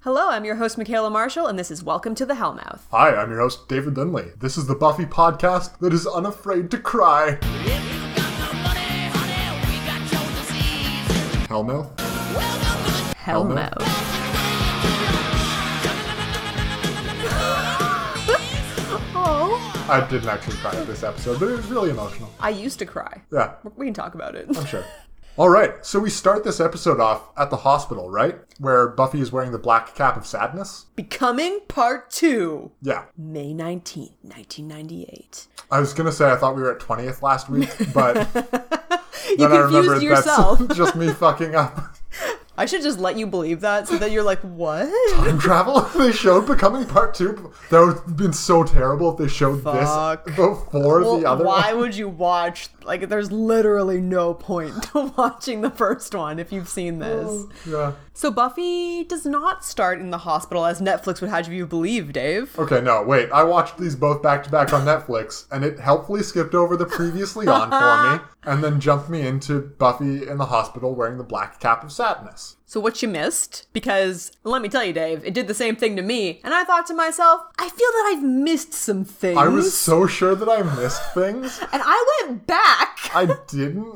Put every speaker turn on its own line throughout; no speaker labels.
Hello, I'm your host, Michaela Marshall, and this is Welcome to the Hellmouth.
Hi, I'm your host, David Lindley. This is the Buffy podcast that is unafraid to cry.
If you got no money, honey, we got your disease.
Hellmouth?
Welcome to the
Hellmouth. Oh.
I didn't actually cry at this episode, but it was really emotional.
I used to cry.
Yeah,
We can talk about it.
I'm sure. All right, so we start this episode off at the hospital, right? Where Buffy is wearing the black cap of sadness.
Becoming Part 2,
Yeah,
May 19th, 1998.
I was gonna say I thought we were at twentieth last week, but then
You
I remembered
confused yourself.
that's just me fucking up.
I should just let you believe that so that you're like, what?
Time travel. they showed becoming part two. That would have been so terrible if they showed
Fuck.
this before the
Well,
other.
why
one.
would you watch? Like, there's literally no point to watching the first one if you've seen
Oh,
this.
Yeah.
So, Buffy does not start in the hospital as Netflix would have you believe, Dave.
Okay, no, wait. I watched these both back to back on Netflix, and it helpfully skipped over the previously on for me, and then jumped me into Buffy in the hospital wearing the black cap of sadness.
So, what you missed, because let me tell you, Dave, it did the same thing to me. And I thought to myself, I feel that I've missed some things.
I was so sure that I missed things.
And I went back.
I didn't.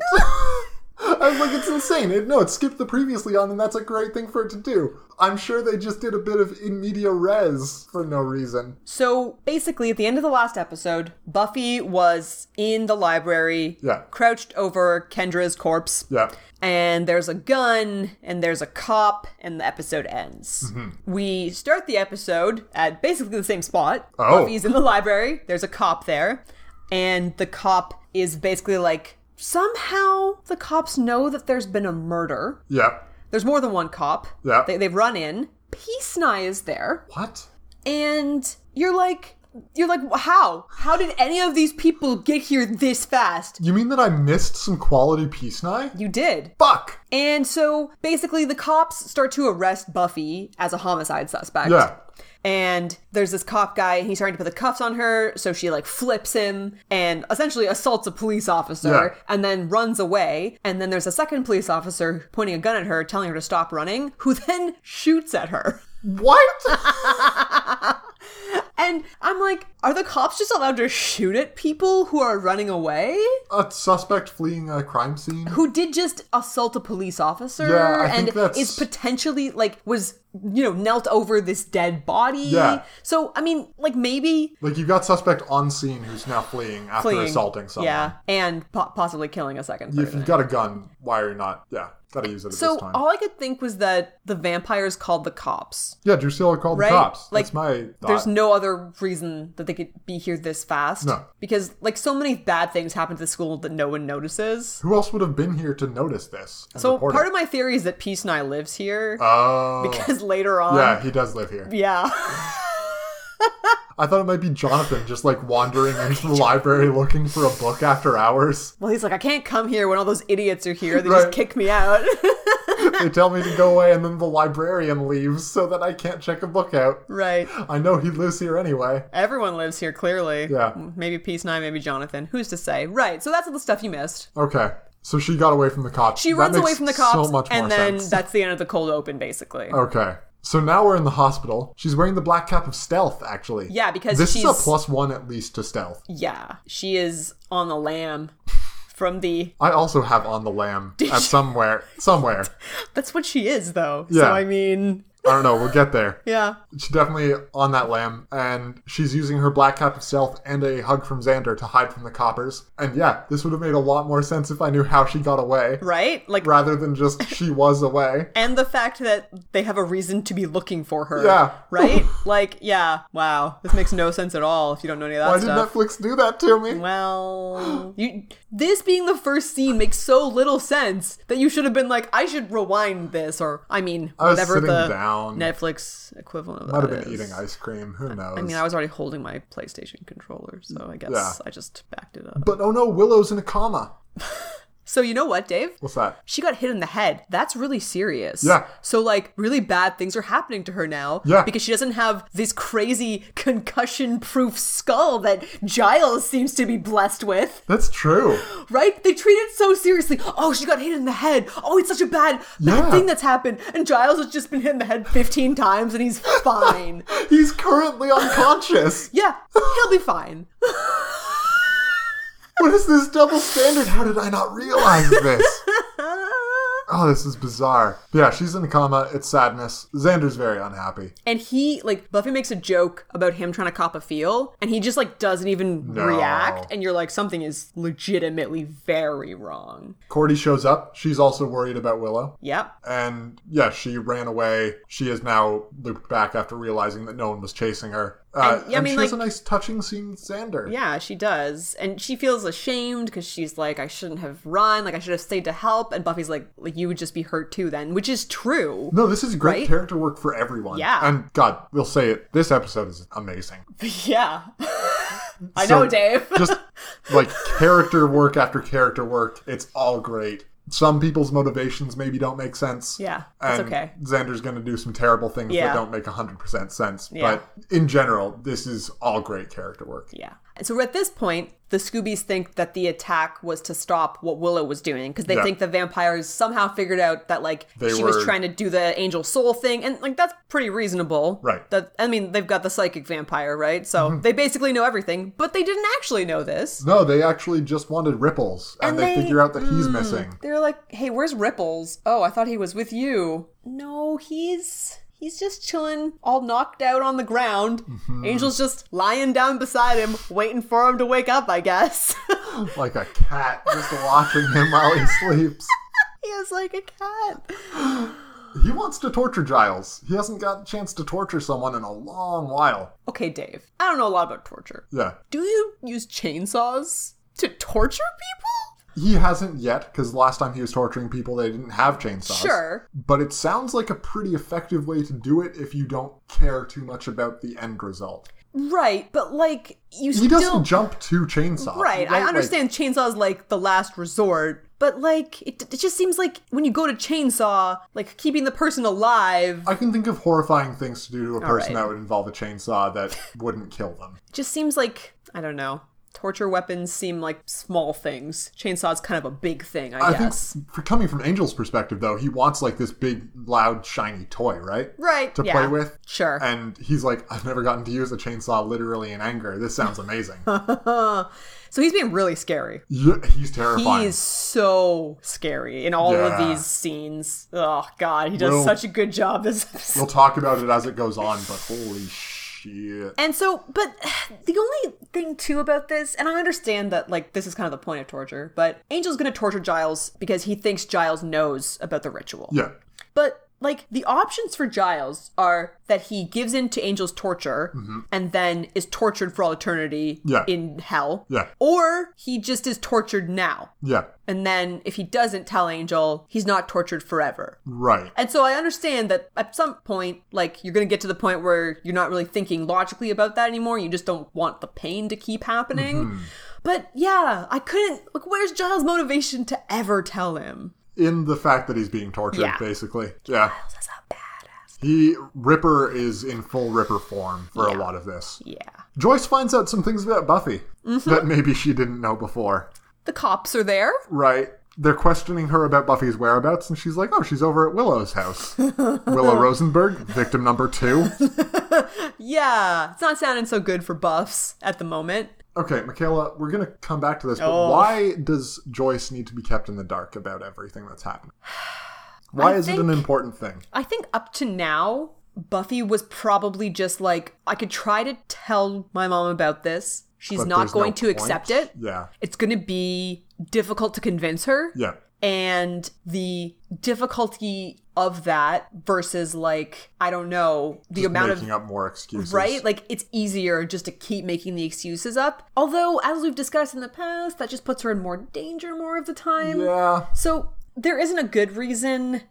I was like, it's insane. It, no, it skipped the previously on, and that's a great thing for it to do. I'm sure they just did a bit of in media res for no reason.
So, basically, at the end of the last episode, Buffy was in the library,
Yeah.
crouched over Kendra's corpse.
Yeah.
and there's a gun and there's a cop and the episode ends
Mm-hmm.
we start the episode at basically the same spot
Oh.
buffy's in the library there's a cop there and the cop is basically like somehow the cops know that there's been a murder
Yeah.
there's more than one cop
Yeah.
they, they've run in peace nye is there
What?
and you're like you're like how how did any of these people get here this fast
You mean that I missed some quality peace night?
you did
Fuck!
And so basically, the cops start to arrest Buffy as a homicide suspect.
Yeah.
And there's this cop guy, and he's trying to put the cuffs on her, so she like flips him and essentially assaults a police officer
Yeah.
and then runs away. And then there's a second police officer pointing a gun at her, telling her to stop running, who then shoots at her.
What?
And I'm like, are the cops just allowed to shoot at people who are running away?
a suspect fleeing a crime scene.
who did just assault a police officer
Yeah, I
and
think that's-
is potentially like was you know knelt over this dead body
Yeah.
so i mean like maybe
Like you've got suspect on scene who's now fleeing after
fleeing.
assaulting someone.
yeah and po- possibly killing a second
If
person
you've got a gun, why are you not? Yeah, gotta use it at
so
this time.
all i could think was that the vampires called the cops
yeah, Drusilla called
Right?
the cops.
Like,
That's my thought.
there's no other reason that they could be here this fast
No.
because like so many bad things happen to the school that no one notices
Who else would have been here to notice this? and
so
report
part
it?
of my theory is that peace nye lives here
Oh,
because later on
yeah, he does live here.
yeah.
I thought it might be Jonathan just like wandering into the library looking for a book after hours.
Well, he's like, I can't come here when all those idiots are here. They just
Right.
kick me out.
They tell me to go away, and then the librarian leaves so that I can't check a book out.
right.
I know he lives here anyway.
Everyone lives here, clearly.
Yeah.
Maybe Peace Nine, maybe Jonathan. Who's to say? Right. So that's all the stuff you missed.
Okay, so she got away from the cops.
She
That
runs away
makes
from the cops,
so much more
and then
sense. Oh.
that's the end of the cold open, basically.
Okay. So now we're in the hospital. She's wearing the black cap of stealth, actually.
Yeah, because
this is
she's-
a plus one at least to stealth.
Yeah. She is on the lam from the.
I also have on the lamb at somewhere. Somewhere.
That's what she is, though. So
Yeah.
I mean,
I don't know. We'll get there.
yeah.
She's definitely on that lamb, and she's using her black cap of stealth and a hug from Xander to hide from the coppers. And yeah, this would have made a lot more sense if I knew how she got away,
Right? Like,
rather than just she was away.
and the fact that they have a reason to be looking for her.
Yeah.
Right? like, yeah. Wow. This makes no sense at all if you don't know any of that
Why did
stuff.
Netflix do that to me?
Well, you this being the first scene makes so little sense that you should have been like, I should rewind this, or I mean,
was
whatever
sitting
the
down.
Netflix equivalent of
Might
that
have been
is.
eating ice cream. Who knows?
I mean, I was already holding my PlayStation controller, so I guess
Yeah.
I just backed it up.
But oh no, Willow's in a coma.
So you know what, Dave?
What's that?
She got hit in the head. That's really serious.
Yeah.
So like really bad things are happening to her now.
Yeah.
Because she doesn't have this crazy concussion proof skull that Giles seems to be blessed with.
That's true.
Right? They treat it so seriously. Oh, she got hit in the head. Oh, it's such a bad, bad
Yeah.
thing that's happened. And Giles has just been hit in the head 15 times and he's fine.
He's currently unconscious.
yeah, he'll be fine.
What is this double standard? How did I not realize this? Oh, this is bizarre. Yeah, she's in a coma. It's sadness. Xander's very unhappy.
And he like Buffy makes a joke about him trying to cop a feel, and he just like doesn't even
No.
react. And you're like, something is legitimately very wrong.
Cordy shows up. She's also worried about Willow.
Yep.
And yeah, she ran away. She is now looped back after realizing that no one was chasing her. Uh,
And-
and,
yeah, I mean,
she has a
like-
nice touching scene with Xander.
Yeah, she does. And she feels ashamed because she's like, I shouldn't have run, like I should have stayed to help. And Buffy's like, like you would just be hurt too then, which is true.
No, this is great
Right?
character work for everyone.
Yeah.
And God, we'll say it. This episode is amazing.
yeah. I
So,
know, Dave.
just like character work after character work. It's all great. Some people's motivations maybe don't make sense.
Yeah, that's
And
okay.
Xander's going to do some terrible things that
Yeah.
don't make 100% sense.
Yeah.
But in general, this is all great character work.
Yeah. And so at this point, the Scoobies think that the attack was to stop what Willow was doing because they
Yeah.
think the vampires somehow figured out that like
They
she
were-
was trying to do the angel soul thing, and like that's pretty reasonable,
Right. Mm-hmm.
That I mean, they've got the psychic vampire, right? So they basically know everything, but they didn't actually know this.
No, they actually just wanted ripples, and,
And
they,
they-
figure out that he's missing.
They're like, "Hey, where's Ripples? Oh, I thought he was with you. No, he's." He's just chilling, all knocked out on the ground.
Mm-hmm.
Angel's just lying down beside him, waiting for him to wake up, I guess. Mm.
Like a cat just watching him while he sleeps.
He is like a cat.
He wants to torture Giles. He hasn't got a chance to torture someone in a long while.
Okay, Dave, I don't know a lot about torture.
Yeah.
Do you use chainsaws to torture people?
He hasn't yet, because last time he was torturing people, they didn't have chainsaws.
Sure.
But it sounds like a pretty effective way to do it if you don't care too much about the end result.
Right, but like, you
He
still.
doesn't jump to chainsaw.
right, I
Like,
understand chainsaws like the last resort, but like, it, it just seems like when you go to chainsaw, like keeping the person alive
I can think of horrifying things to do to a person
right.
that would involve a chainsaw that wouldn't kill them.
it just seems like, I don't know. Torture weapons seem like small things. Chainsaw's kind of a big thing, I,
I
guess.
think, for coming from Angel's perspective, though, he wants like this big, loud, shiny toy, right?
right.
To
yeah.
play with.
Sure.
And he's like, I've never gotten to use a chainsaw literally in anger. This sounds amazing.
so he's being really scary.
Yeah, he's terrifying.
He is so scary in all
Yeah.
of these scenes. Oh God, he does
We'll-
such a good job this episode.
We'll talk about it as it goes on, but holy shit.
and so, but the only thing too about this, and I understand that like this is kind of the point of torture, but Angel's gonna torture Giles because he thinks Giles knows about the ritual.
Yeah.
But like the options for Giles are that he gives in to Angel's torture and then is tortured for all eternity
Mm-hmm. Yeah.
in hell.
Yeah.
Or he just is tortured now.
Yeah.
And then if he doesn't tell Angel, he's not tortured forever.
Right.
And so I understand that at some point, like, you're going to get to the point where you're not really thinking logically about that anymore. You just don't want the pain to keep happening.
Mm-hmm.
But yeah, I couldn't. Like, where's Giles' motivation to ever tell him?
In the fact that he's being tortured,
Yeah.
basically. Yeah.
This is a badass.
He Ripper is in full Ripper form for a
Yeah.
lot of this.
Yeah.
Joyce finds out some things about Buffy
Mm-hmm.
that maybe she didn't know before.
The cops are there.
Right. They're questioning her about Buffy's whereabouts, and she's like, oh, she's over at Willow's house. Willow Rosenberg, victim number two.
Yeah. It's not sounding so good for buffs at the moment.
Okay, Michaela, we're going to come back to this, but
Oh.
why does Joyce need to be kept in the dark about everything that's happening? Why is it an
think-
important thing?
I think up to now, Buffy was probably just like, I could try to tell my mom about this. She's
But
not
there's no
going to
point?
accept it.
Yeah.
It's going to be difficult to convince her.
Yeah.
And the difficulty of that versus, like, I don't know, the amount of
Making up more excuses.
right? Like it's easier just to keep making the excuses up. Although, as we've discussed in the past, that just puts her in more danger more of the time.
Yeah.
So there isn't a good reason.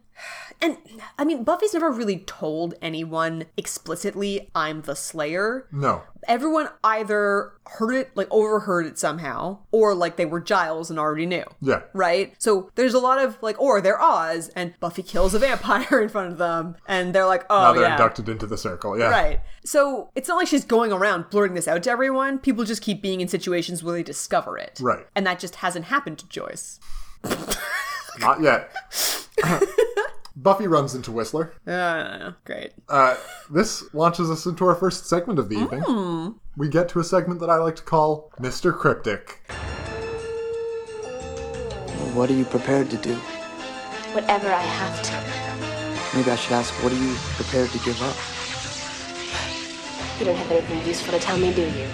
And I mean, Buffy's never really told anyone explicitly, I'm the Slayer.
No.
Everyone either heard it, like overheard it somehow, or like they were Giles and already knew.
Yeah.
Right? So there's a lot of like, or they're Oz, and Buffy kills a vampire in front of them, and they're like, oh,
Now they're
yeah.
inducted into the circle. Yeah.
Right. So it's not like she's going around blurting this out to everyone. People just keep being in situations where they discover it.
Right.
And that just hasn't happened to Joyce.
Not yet. Buffy runs into Whistler.
Uh, great.
Uh, this launches us into our first segment of the evening.
Hmm.
We get to a segment that I like to call Mr. Cryptic.
What are you prepared to do?
whatever I have to.
Maybe I should ask, what are you prepared to give up?
You don't have anything useful to tell me, do you?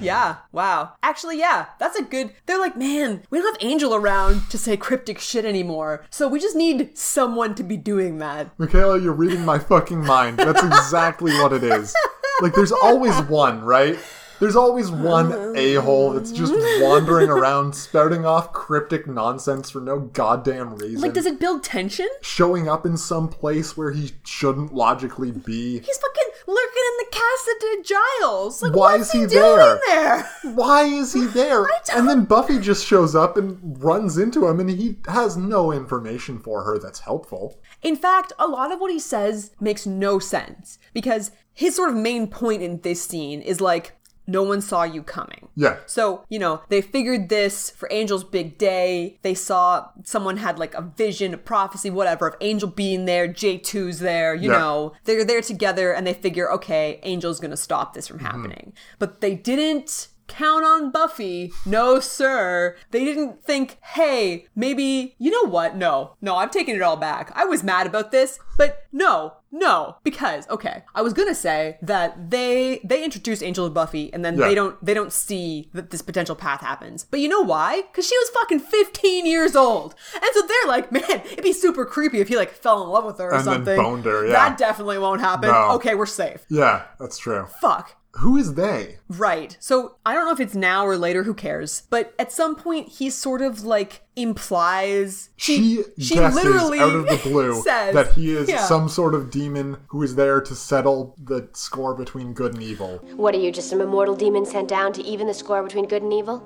Yeah. Wow. Actually, yeah. That's a good. They're like, man, we don't have Angel around to say cryptic shit anymore. So we just need someone to be doing that.
Michaela, you're reading my fucking mind. That's exactly what it is. Like, there's always one, right? There's always one a hole that's just wandering around, spouting off cryptic nonsense for no goddamn reason.
Like, does it build tension?
Showing up in some place where he shouldn't logically be.
He's fucking lurking in the castle to Giles. Like,
Why
what's
is he
doing
there?
there?
Why is he there? And then Buffy just shows up and runs into him, and he has no information for her that's helpful.
In fact, a lot of what he says makes no sense because his sort of main point in this scene is like, no one saw you coming.
Yeah.
So, you know, they figured this for Angel's big day. They saw someone had like a vision, a prophecy, whatever, of Angel being there, J2's there, you
Yeah.
know. They're there together and they figure, okay, Angel's gonna stop this from happening. But they didn't count on Buffy. No, sir. They didn't think, hey, maybe, you know what? No, no, I'm taking it all back. I was mad about this, but no. No, because okay, I was gonna say that they they introduce Angel to Buffy, and then
Yeah.
they don't they don't see that this potential path happens. But you know why? Because she was fucking 15 years old. And so they're like, man, it'd be super creepy if he like fell in love with her or
And then
something.
boned her, yeah.
That definitely won't happen.
No.
Okay, we're safe.
Yeah, that's true.
Fuck.
Who is they?
Right. So I don't know if it's now or later, who cares? But at some point, he sort of like implies
She,
she
guesses
literally
out of the blue
says-
that he is
yeah.
some sort of demon who is there to settle the score between good and evil.
What are you, just some immortal demon sent down to even the score between good and evil?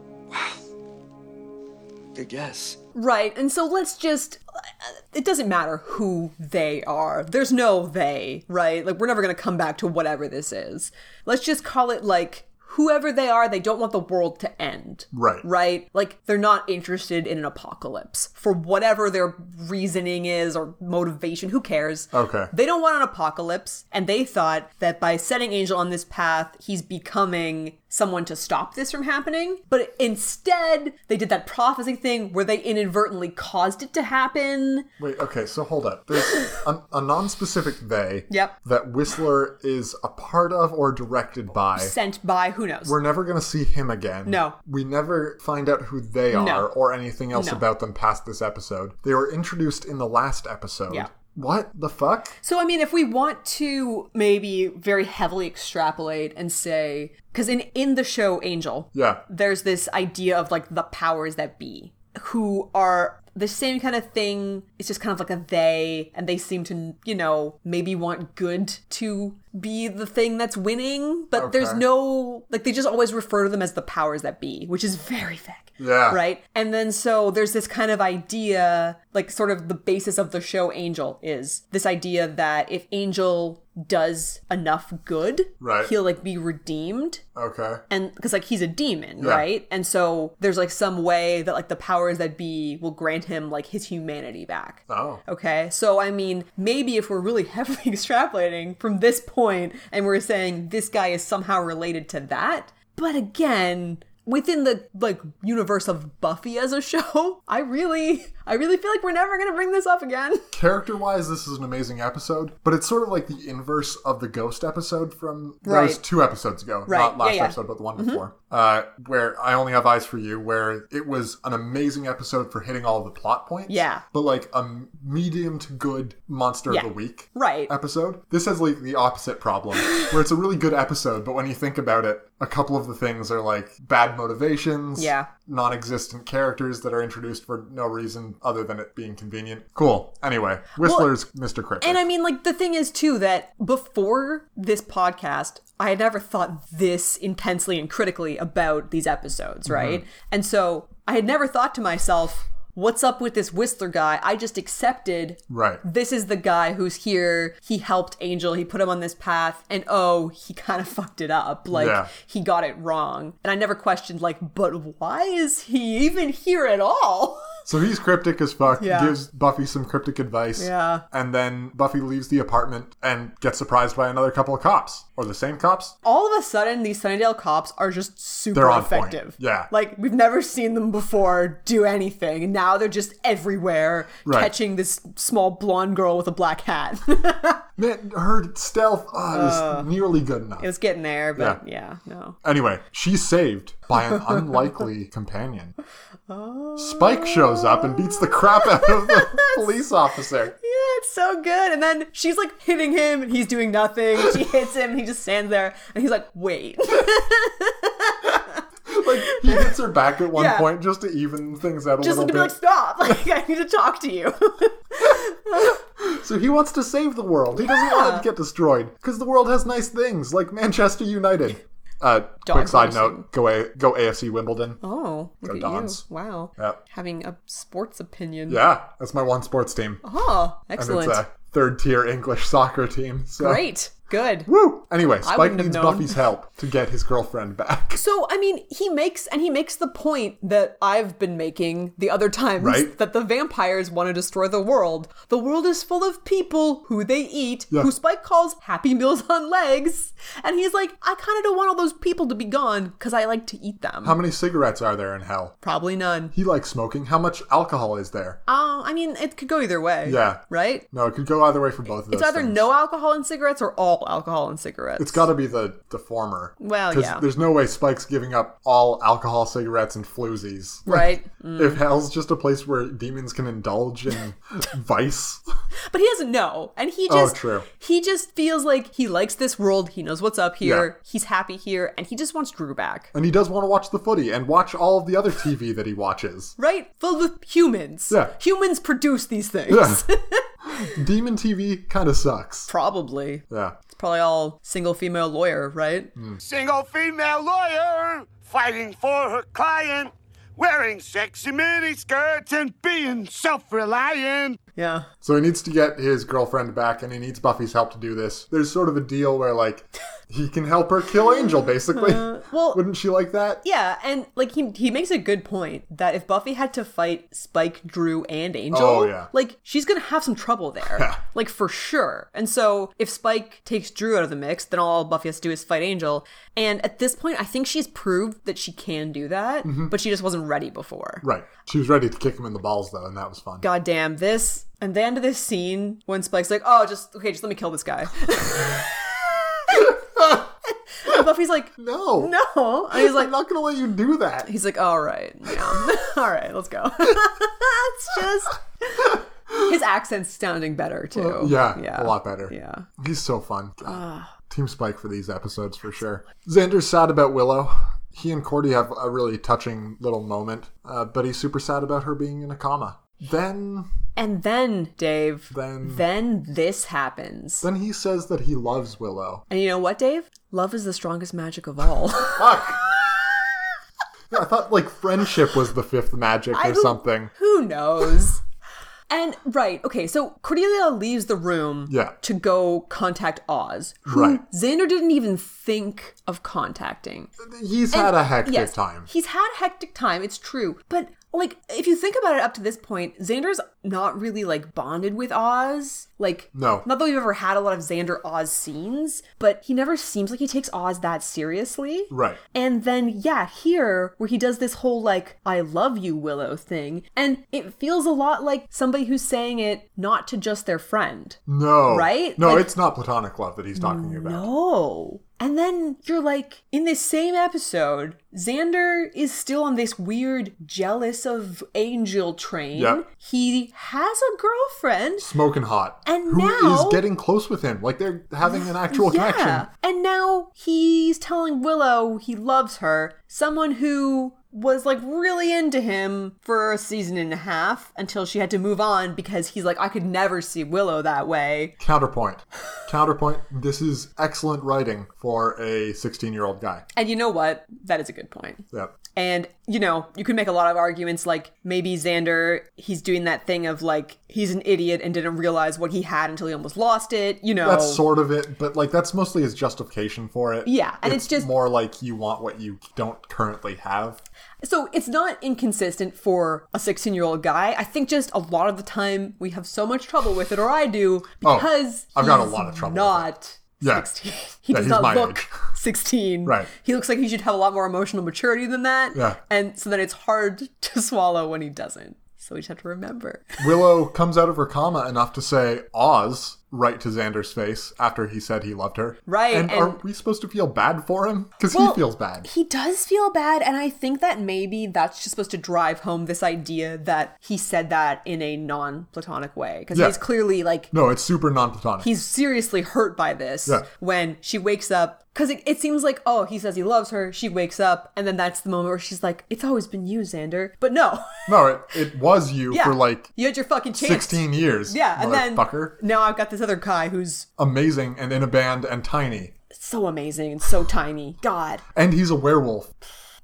Good guess.
Right. And so let's just. It doesn't matter who they are. There's no they, right? Like, we're never going to come back to whatever this is. Let's just call it like whoever they are, they don't want the world to end.
Right.
Right? Like, they're not interested in an apocalypse for whatever their reasoning is or motivation. Who cares?
Okay.
They don't want an apocalypse. And they thought that by setting Angel on this path, he's becoming someone to stop this from happening. But instead, they did that prophecy thing where they inadvertently caused it to happen.
Wait, okay, so hold up. There's a, a non specific they
Yep.
that Whistler is a part of or directed by.
Sent by who knows?
We're never going to see him again.
No.
We never find out who they are or anything else
No.
about them past this episode. They were introduced in the last episode.
Yeah.
What the fuck?
So, I mean, if we want to maybe very heavily extrapolate and say, because in, in the show Angel,
Yeah.
there's this idea of like the powers that be who are the same kind of thing it's just kind of like a they and they seem to you know maybe want good to be the thing that's winning but there's
Okay.
no like they just always refer to them as the powers that be which is very vague
Yeah.
right and then so there's this kind of idea like sort of the basis of the show angel is this idea that if angel does enough good
Right.
he'll like be redeemed
Okay.
and because like he's a demon
Yeah.
right and so there's like some way that like the powers that be will grant him like his humanity back
Oh.
okay so i mean maybe if we're really heavily extrapolating from this point and we're saying this guy is somehow related to that but again within the like universe of buffy as a show i really i really feel like we're never gonna bring this up again
Character wise, this is an amazing episode, but it's sort of like the inverse of the ghost episode from
Right.
those two episodes ago.
Right.
Not last
Yeah, Mm-hmm. yeah.
episode, but the one before. Uh, where I Only Have Eyes for You, where it was an amazing episode for hitting all the plot points.
Yeah.
But like a medium to good monster
Yeah.
of the week.
right
episode. This has like the opposite problem, where it's a really good episode, but when you think about it, a couple of the things are like bad motivations,
Yeah.
non-existent characters that are introduced for no reason, reason other than it being convenient. Cool. Anyway, Whistler's Mr. Cryptic.
And I mean, like, the thing is, too, that before this podcast, I had never thought this intensely and critically about these episodes,
Mm-hmm.
right? And so I had never thought to myself, what's up with this Whistler guy? I just accepted
right.
this is the guy who's here. He helped Angel. He put him on this path. And oh, he kind of fucked it up. Like,
Yeah.
he got it wrong. And I never questioned, like, but why is he even here at all?
So he's cryptic as fuck.
Yeah.
Gives Buffy some cryptic advice.
Yeah.
And then Buffy leaves the apartment and gets surprised by another couple of cops. Or the same cops.
all of a sudden these Sunnydale cops are just super
They're on point.
effective.
Yeah.
Like we've never seen them before do anything. And now they're just everywhere
Right.
catching this small blonde girl with a black hat.
Man, her stealth uh, is nearly good enough.
it's getting there, but yeah, no.
Anyway, she's saved by an unlikely companion.
Oh.
Spike shows up and beats the crap out of the police officer.
Yeah, it's so good. And then she's like hitting him and he's doing nothing. She hits him, he just stands there and he's like, "Wait."
Like he hits her back at one
Yeah.
point just to even things out a
Just
little
to be
bit.
like, "Stop. Like I need to talk to you."
so he wants to save the world. He doesn't want it to get destroyed because the world has nice things like Manchester United. Uh, quick
Dog
side
racing.
note: go a- go AFC Wimbledon.
oh, look at
Dons.
you. Wow.
Yep.
Having a sports opinion.
Yeah, that's my one sports team,
Oh,
and it's uh,
excellent.
a third tier English soccer team. So.
Great. Good.
Woo! Anyway, Spike
wouldn't have
needs
known.
Buffy's help to get his girlfriend back.
So I mean, he makes and he makes the point that I've been making the other times
Right.
that the vampires want to destroy the world. The world is full of people who they eat,
Yeah.
who Spike calls happy meals on legs, and he's like, I kind of don't want all those people to be gone because I like to eat them.
How many cigarettes are there in hell?
Probably none.
He likes smoking. How much alcohol is there?
Uh, I mean, it could go either way.
Yeah.
Right.
No, it could go either way for both of those.
It's either
things.
no alcohol in cigarettes or all alcohol in cigarettes.
It's got to be the the former.
Well,
'Cause
yeah.
There's no way Spike's giving up all alcohol, cigarettes, and floozies.
right. Mm.
If hell's just a place where demons can indulge in vice,
But he doesn't know. And he
Oh,
just
true.
he just feels like he likes this world, he knows what's up here, he's happy here, and he just wants Drew back.
and he does want to watch the footy and watch all of the other TV that he watches.
Right? Filled with humans.
Yeah.
Humans produce these things.
Yeah. Demon TV kind of sucks.
Probably.
Yeah.
It's probably all single female lawyer, right?
Mm.
single female lawyer fighting for her client, wearing sexy miniskirts and being self-reliant.
Yeah.
So he needs to get his girlfriend back and he needs Buffy's help to do this. There's sort of a deal where, like, he can help her kill Angel, basically.
Uh, well-
Wouldn't she like that?
Yeah, and like he he makes a good point that if Buffy had to fight Spike, Drew, and Angel,
Oh, yeah.
like she's gonna have some trouble there, like for sure. And so if Spike takes Drew out of the mix, then all Buffy has to do is fight Angel. And at this point, I think she's proved that she can do that,
Mm-hmm.
but she just wasn't ready before.
Right. She was ready to kick him in the balls, though, and that was fun.
God damn this! And the end of this scene when Spike's like, "Oh, just okay, just let me kill this guy." And Buffy's like,
No.
"No," and he's like,
I'm not going to let you do that.
He's like, all right, yeah, all right, let's go. it's just his accent's sounding better too.
yeah, a lot better.
"Oh, Yeah,
He's so fun. God. Team Spike for these episodes, for sure. Xander's sad about Willow. He and Cordy have a really touching little moment, uh, but he's super sad about her being in a coma. Then,
and then Dave,
Then-
then this happens,
then he says that he loves Willow.
and you know what, Dave? Love is the strongest magic of all.
Fuck. Yeah, I thought like friendship was the fifth magic or
don't-
something.
Who knows? And right, okay, so Cordelia leaves the room
Yeah.
to go contact Oz, who
Right.
Xander didn't even think of contacting.
He's
And-
had a hectic
yes,
time.
He's had a hectic time, it's true. But like if you think about it up to this point, Xander's not really like bonded with Oz. Like
No.
Not that we've ever had a lot of Xander Oz scenes, but he never seems like he takes Oz that seriously.
Right.
And then, yeah, here, where he does this whole like, I love you, Willow thing. And it feels a lot like somebody who's saying it not to just their friend.
No.
Right?
No,
Like-
it's not platonic love that he's talking about.
No. And then you're like, in this same episode, Xander is still on this weird jealous of Angel train.
Yep.
He has a girlfriend.
Smoking hot.
And
Who
now-
is getting close with him? Like they're having an actual connection.
And now he's telling Willow he loves her, someone who was like really into him for a season and a half until she had to move on because he's like, I could never see Willow that way.
Counterpoint. Counterpoint. This is excellent writing for a 16 year old guy.
And you know what? That is a good point.
Yep.
And, you know, you can make a lot of arguments like maybe Xander, he's doing that thing of like, he's an idiot and didn't realize what he had until he almost lost it, you know.
That's sort of it, but like that's mostly his justification for it.
Yeah, and it's just-
more like you want what you don't currently have.
So it's not inconsistent for a 16 year old guy. I think just a lot of the time we have so much trouble with it, or I do,
Oh,
because
I've got a
he's
lot of trouble with
Not
Yeah.
16. He
Yeah,
does
he's
not
my
look
age.
16.
Right.
He looks like he should have a lot more emotional maturity than that.
Yeah.
And so then it's hard to swallow when he doesn't. So we just have to remember.
Willow comes out of her coma enough to say Oz right to Xander's face after he said he loved her.
Right,
And, are
and-
we supposed to feel bad for him? Because
Well,
he feels bad.
He does feel bad, and I think that maybe that's just supposed to drive home this idea that he said that in a non platonic way. Because
Yeah.
he's clearly like
No, it's super non platonic.
he's seriously hurt by this
Yeah.
when she wakes up because it, it seems like oh he says he loves her she wakes up and then that's the moment where she's like it's always been you xander but no
No, it, it was you
yeah
for like
you had your fucking chance
16 years.
yeah and then
motherfucker.
now i've got this other guy who's
Amazing and in a band and tiny.
so amazing and so tiny god
And he's a werewolf.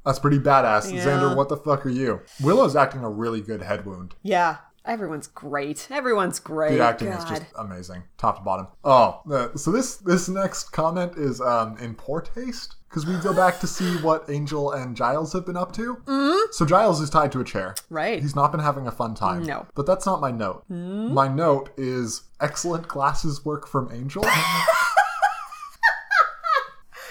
That's pretty badass.
Yeah.
Xander, what the fuck are you? Willow's acting a really good head wound.
yeah everyone's great everyone's great
The acting
god.
is just amazing, top to bottom. Oh, uh, so this this next comment is um, in poor taste because we go back to see what Angel and Giles have been up to. Mm-hmm. So Giles is tied to a chair.
Right.
He's not been having a fun time.
No. Mm-hmm.
But that's not my note. My note is excellent glasses work from Angel.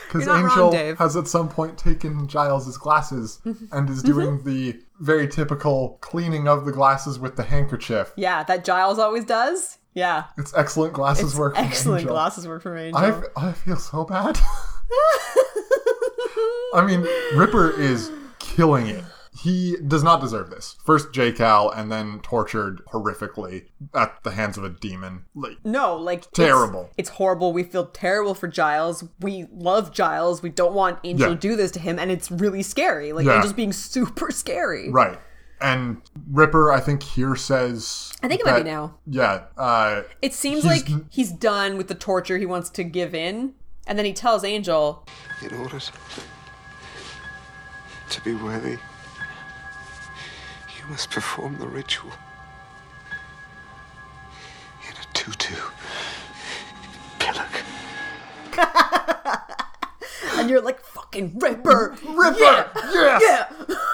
Because
You're not wrong,
Angel
Dave.
has at some point taken Giles's glasses and is doing
Mm-hmm.
the very typical cleaning of the glasses with the handkerchief.
yeah that giles always does yeah
It's excellent glasses
It's
work. from
excellent
Angel.
glasses work from angel
I, f- I feel so bad. I mean, Ripper is killing it. He does not deserve this. First J Cal and then tortured horrifically at the hands of a demon. Like,
No, like it's-
Terrible.
It's, horrible. We feel terrible for Giles. We love Giles. We don't want Angel
Yeah.
to do this to him, and it's really scary. Like
Yeah.
Angel's being super scary.
right. And Ripper, I think here says.
I think it might be
that-
now.
Yeah. Uh,
It seems like
He's-
he's done with the torture. He wants to give in, and then he tells Angel,
In order to be worthy, you must perform the ritual in a tutu. Pillock.
and you're like, "Fucking Ripper,
Ripper!
Yeah!
Yes!
Yeah,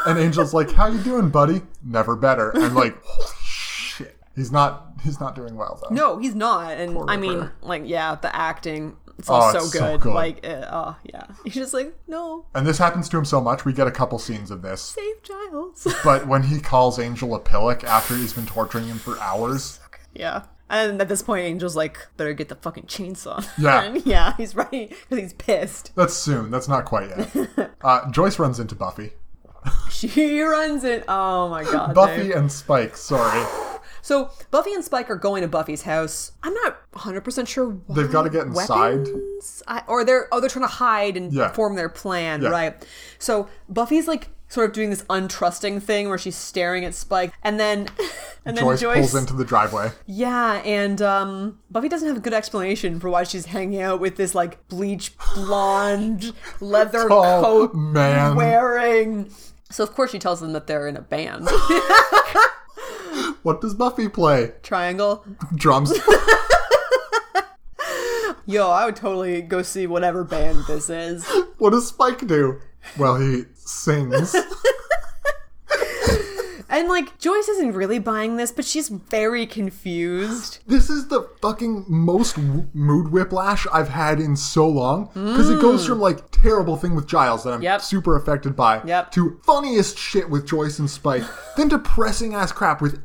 and Angel's like, "How you doing, buddy? Never better." And like, holy shit, he's not he's not doing well though.
no, he's not. And I mean,
Ripper.
like, yeah, the acting. It's all
Oh,
so,
it's so
good.
good.
Like, uh, oh yeah, he's just like, no,
And this happens to him so much. We get a couple scenes of this,
save Giles.
but when he calls Angel a pillock after he's been torturing him for hours,
Yeah. And at this point, Angel's like, better get the fucking chainsaw.
Yeah.
And yeah, he's right. Because he's pissed.
that's soon. That's not quite yet. Uh, Joyce runs into Buffy.
She runs it. Oh my God.
Buffy
Dave.
and Spike, sorry.
So Buffy and Spike are going to Buffy's house. I'm not 100% sure why.
They've got to get inside.
Weapons? I, or they're, oh, they're trying to hide and
Yeah.
form their plan,
Yeah.
right? So Buffy's like sort of doing this untrusting thing where she's staring at Spike. And then, and then
Joyce,
Joyce,
pulls into the driveway.
Yeah, and um, Buffy doesn't have a good explanation for why she's hanging out with this like bleach blonde leather
Oh
coat
man,
wearing. So of course she tells them that they're in a band.
what does Buffy play?
Triangle.
Drums.
Yo, I would totally go see whatever band this is.
what does Spike do? Well, he sings.
And like Joyce isn't really buying this, but she's very confused.
This is the fucking most w- mood whiplash I've had in so long because it goes from like terrible thing with Giles that I'm
Yep.
super affected by
Yep.
to funniest shit with Joyce and Spike, then depressing ass crap with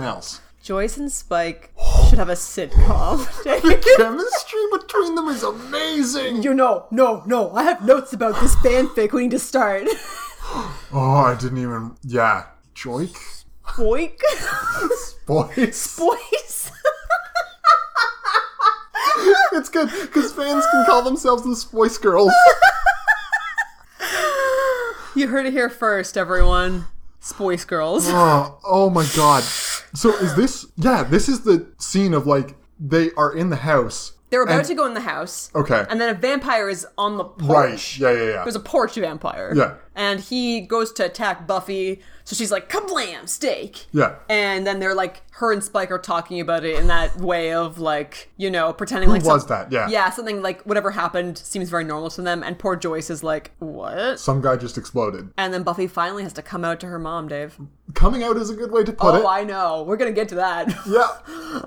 else.
Joyce and Spike should have a sitcom.
Chemistry between them is amazing.
you know, no, no, I have notes about this fanfic. We need to start.
oh, I didn't even. Yeah, Joik,
Boink.
boys.
Boys.
it's good because fans can call themselves the Spoice Girls.
You heard it here first, everyone. Spoice girls.
Oh, oh my god. So is this? Yeah, this is the scene of like they are in the house.
They're about
and-
to go in the house.
Okay.
And then a vampire is on the porch.
Right. Yeah, yeah, yeah.
There's a porch vampire.
Yeah.
And he goes to attack Buffy. So she's like, kablam, steak.
Yeah.
And then they're like, her and Spike are talking about it in that way of like, you know, pretending like.
was that? Yeah.
Yeah, something like whatever happened seems very normal to them. And poor Joyce is like, what?
Some guy just exploded.
And then Buffy finally has to come out to her mom, Dave.
Coming out is a good way to put it.
Oh, I know. We're going to get to that.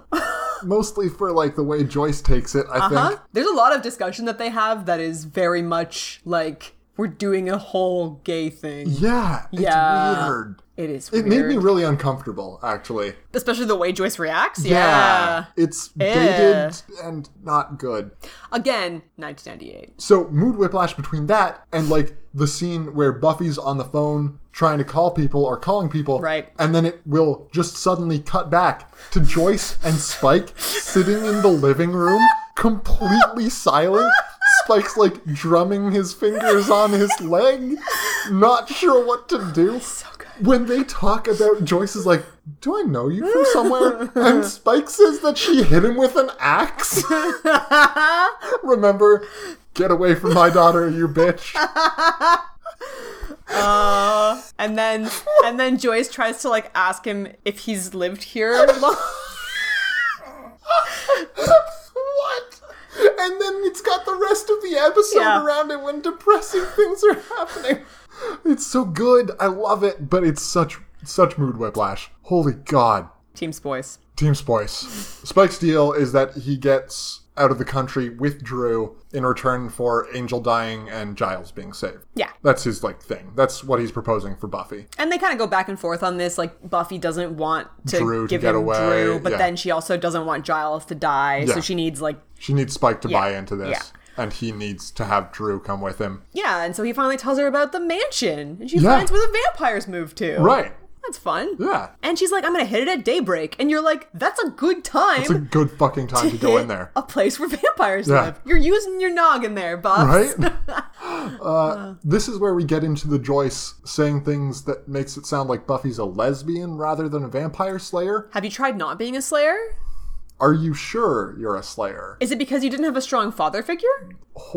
yeah. Mostly for like the way Joyce takes it, I
Huh?
think.
There's a lot of discussion that they have that is very much like we're doing a whole gay thing.
Yeah. It's
Yeah.
weird.
It is
It
weird.
made me really uncomfortable, actually.
Especially the way Joyce reacts. Yeah.
It's dated and not good.
Again, 1998.
So mood whiplash between that and like the scene where Buffy's on the phone trying to call people or calling people.
Right.
And then it will just suddenly cut back to Joyce and Spike sitting in the living room, completely silent. Spike's like drumming his fingers on his leg, not sure what to do. When they talk about Joyce is like, Do I know you from somewhere? And Spike says that she hit him with an axe. Remember, get away from my daughter, you bitch.
And then and then Joyce tries to like ask him if he's lived here. long-
what? And then it's got the rest of the episode
Yeah.
around it when depressing things are happening. It's so good. I love it, but it's such such mood whiplash. Holy god.
Team Spoice.
Team Spice. Spike's deal is that he gets out of the country with Drew in return for Angel dying and Giles being saved.
Yeah.
That's his like thing. That's what he's proposing for Buffy.
And they kind of go back and forth on this. Like Buffy doesn't want to
Drew to
give
get
him
away,
Drew, but
yeah.
then she also doesn't want Giles to die,
Yeah.
so she needs like
She needs Spike to
Yeah,
buy into this. And he needs to have Drew come with him.
yeah. And so he finally tells her about the mansion, and she
Yeah.
finds where the vampires move to.
Right.
That's fun.
Yeah.
And she's like, I'm gonna hit it at daybreak, and you're like, that's a good time.
It's a good fucking time to go
hit
in there.
A place where vampires
Yeah.
live. You're using your noggin there, Bob.
Right? uh, this is where we get into the Joyce saying things that makes it sound like Buffy's a lesbian rather than a vampire slayer.
Have you tried not being a slayer?
Are you sure you're a slayer?
Is it because you didn't have a strong father figure?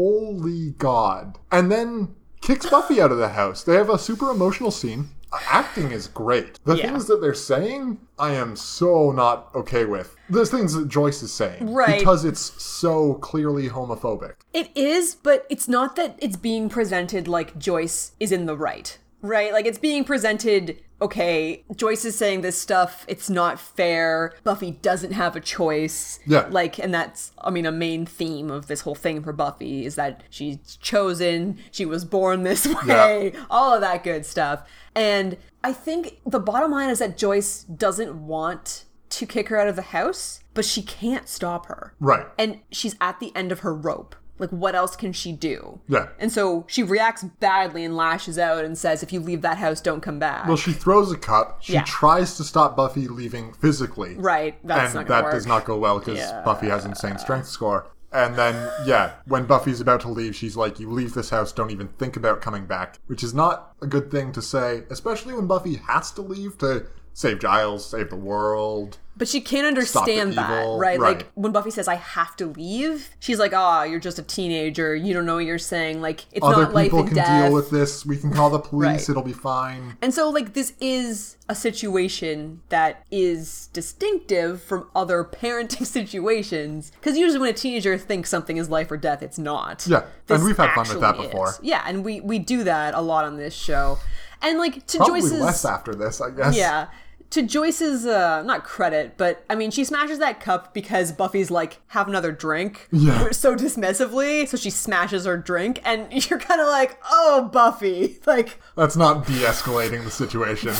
Holy God. And then kicks Buffy out of the house. They have a super emotional scene. Acting is great. The
Yeah.
things that they're saying, I am so not okay with. Those things that Joyce is saying.
Right.
Because it's so clearly homophobic.
It is, but it's not that it's being presented like Joyce is in the right, right? Like it's being presented, okay, Joyce is saying this stuff, it's not fair, Buffy doesn't have a choice.
Yeah.
Like, and that's, I mean, a main theme of this whole thing for Buffy is that she's chosen, she was born this way, all of that good stuff. And I think the bottom line is that Joyce doesn't want to kick her out of the house, but she can't stop her
Right.
and she's at the end of her rope. Like, what else can she do?
Yeah.
And so she reacts badly and lashes out and says, if you leave that house, don't come back.
Well, she throws a cup. She
Yeah.
tries to stop Buffy leaving physically.
right. That's
and
not gonna
that
work.
does not go well because
Yeah.
Buffy has insane strength score. And then, yeah, when Buffy's about to leave, she's like, You leave this house, don't even think about coming back, which is not a good thing to say, especially when Buffy has to leave to save Giles, save the world.
But she can't
Stop the
understand that,
evil,
right?
right.
Like when Buffy says, "I have to leave," she's like, "Ah, you're just a teenager. You don't know what you're saying. Like it's
Other
not life
people
and
can
death."
deal with this. We can call the police,
Right.
it'll be fine.
And so, like, this is a situation that is distinctive from other parenting situations. Because usually, when a teenager thinks something is life or death, it's not.
Yeah, and we've had fun with
actually
that before.
Yeah, and we we do that a lot on this show. And like to
Probably
Joyce's,
less after this, I guess.
yeah, to Joyce's, uh, not credit, but I mean, she smashes that cup because Buffy's like, "Have another drink."
Yeah.
So dismissively, so she smashes her drink, and you're kind of like, "Oh, Buffy, like."
That's not de escalating the situation.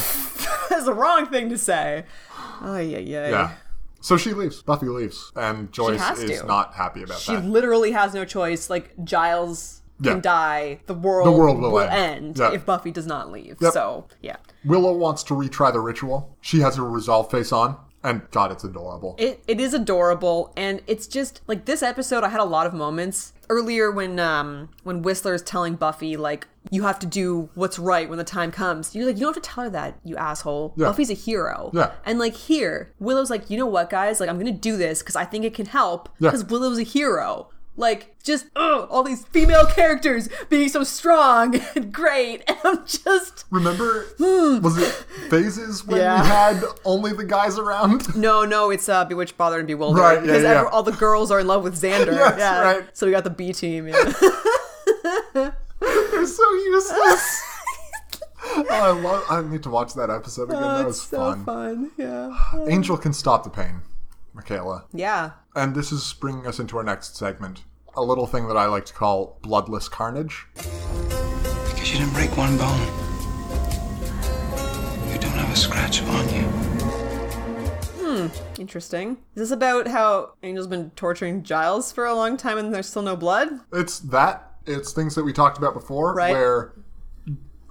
That's the wrong thing to say. Oh yeah, yeah.
Yeah. So she leaves. Buffy leaves. And Joyce
has
is
to.
not happy about
She
that.
literally has no choice. Like Giles
Yeah.
can die. The world,
The world will end.
end,
Yeah.
if Buffy does not leave.
Yep.
So yeah.
Willow wants to retry the ritual. She has her resolve face on. And God, it's adorable.
It it is adorable, and it's just like this episode. I had a lot of moments earlier when um when Whistler is telling Buffy like you have to do what's right when the time comes. You're like you don't have to tell her that you asshole.
Yeah.
Buffy's a hero.
Yeah.
And like here, Willow's like you know what guys like I'm gonna do this because I think it can help
Yeah.
because Willow's a hero. Like just ugh, all these female characters being so strong and great, and I'm just
Remember, was it phases when
Yeah.
we had only the guys around?
No, no, it's uh, Bewitched, Bothered, and Bewildered.
Right, yeah,
because
yeah.
ever- all the girls are in love with Xander.
Yes,
yeah.
right.
So we got the B team. Yeah.
They're so useless. oh, I love. I need to watch that episode again.
Oh,
that was fun.
Yeah.
Angel can stop the pain, Michaela.
Yeah.
And this is bringing us into our next segment. A little thing that I like to call bloodless carnage.
Because you didn't break one bone. You don't have a scratch on you.
Interesting. Is this about how Angel's been torturing Giles for a long time and there's still no blood?
It's that. It's things that we talked about before,
Right.
where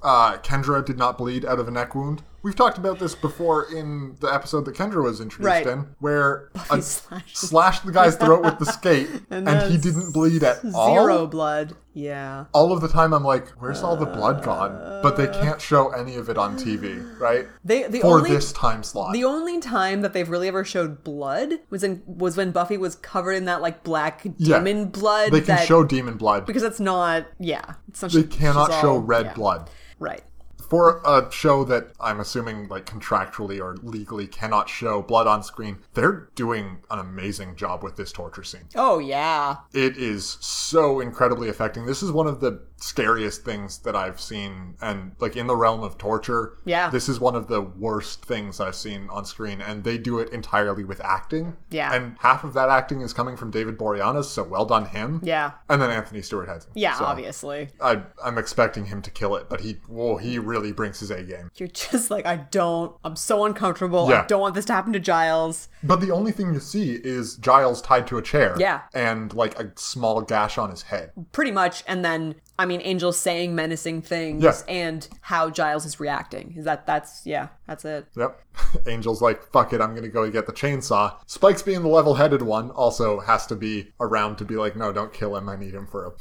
uh, Kendra did not bleed out of a neck wound. We've talked about this before in the episode that Kendra was introduced
Right.
in, where I
slashed-
slashed the guy's throat with the skate, and, he
that's
didn't bleed at all.
Zero blood. Yeah.
All of the time, I'm like, "Where's all the blood gone?" But they can't show any of it on TV, right?
Uh. They the
For
only
this time slot,
the only time that they've really ever showed blood was in was when Buffy was covered in that like black
Yeah.
demon blood.
they can
that,
show demon blood.
because that's not yeah. It's not,
they cannot
she's
show
all-
red
yeah.
blood.
Right.
for a show that I'm assuming like contractually or legally cannot show blood on screen, they're doing an amazing job with this torture scene.
Oh yeah.
It is so incredibly affecting. This is one of the scariest things that I've seen and like in the realm of torture.
Yeah.
This is one of the worst things I've seen on screen and they do it entirely with acting.
Yeah.
And half of that acting is coming from David Boreanaz, so well done him.
Yeah.
And then Anthony Stewart Hudson.
Yeah,
So
obviously.
I, I'm expecting him to kill it, but he, whoa, he really brings his A game.
You're just like, I don't, I'm so uncomfortable. I
Yeah.
don't want this to happen to Giles.
But the only thing you see is Giles tied to a chair.
Yeah.
And like a small gash on his head.
Pretty much. And then, I mean, Angel saying menacing things
Yeah.
and how Giles is reacting. Is that, that's, yeah, that's it.
Yep. Angel's like, fuck it, I'm gonna go get the chainsaw. Spike's being the level headed one also has to be around to be like, no, don't kill him, I need him for a deal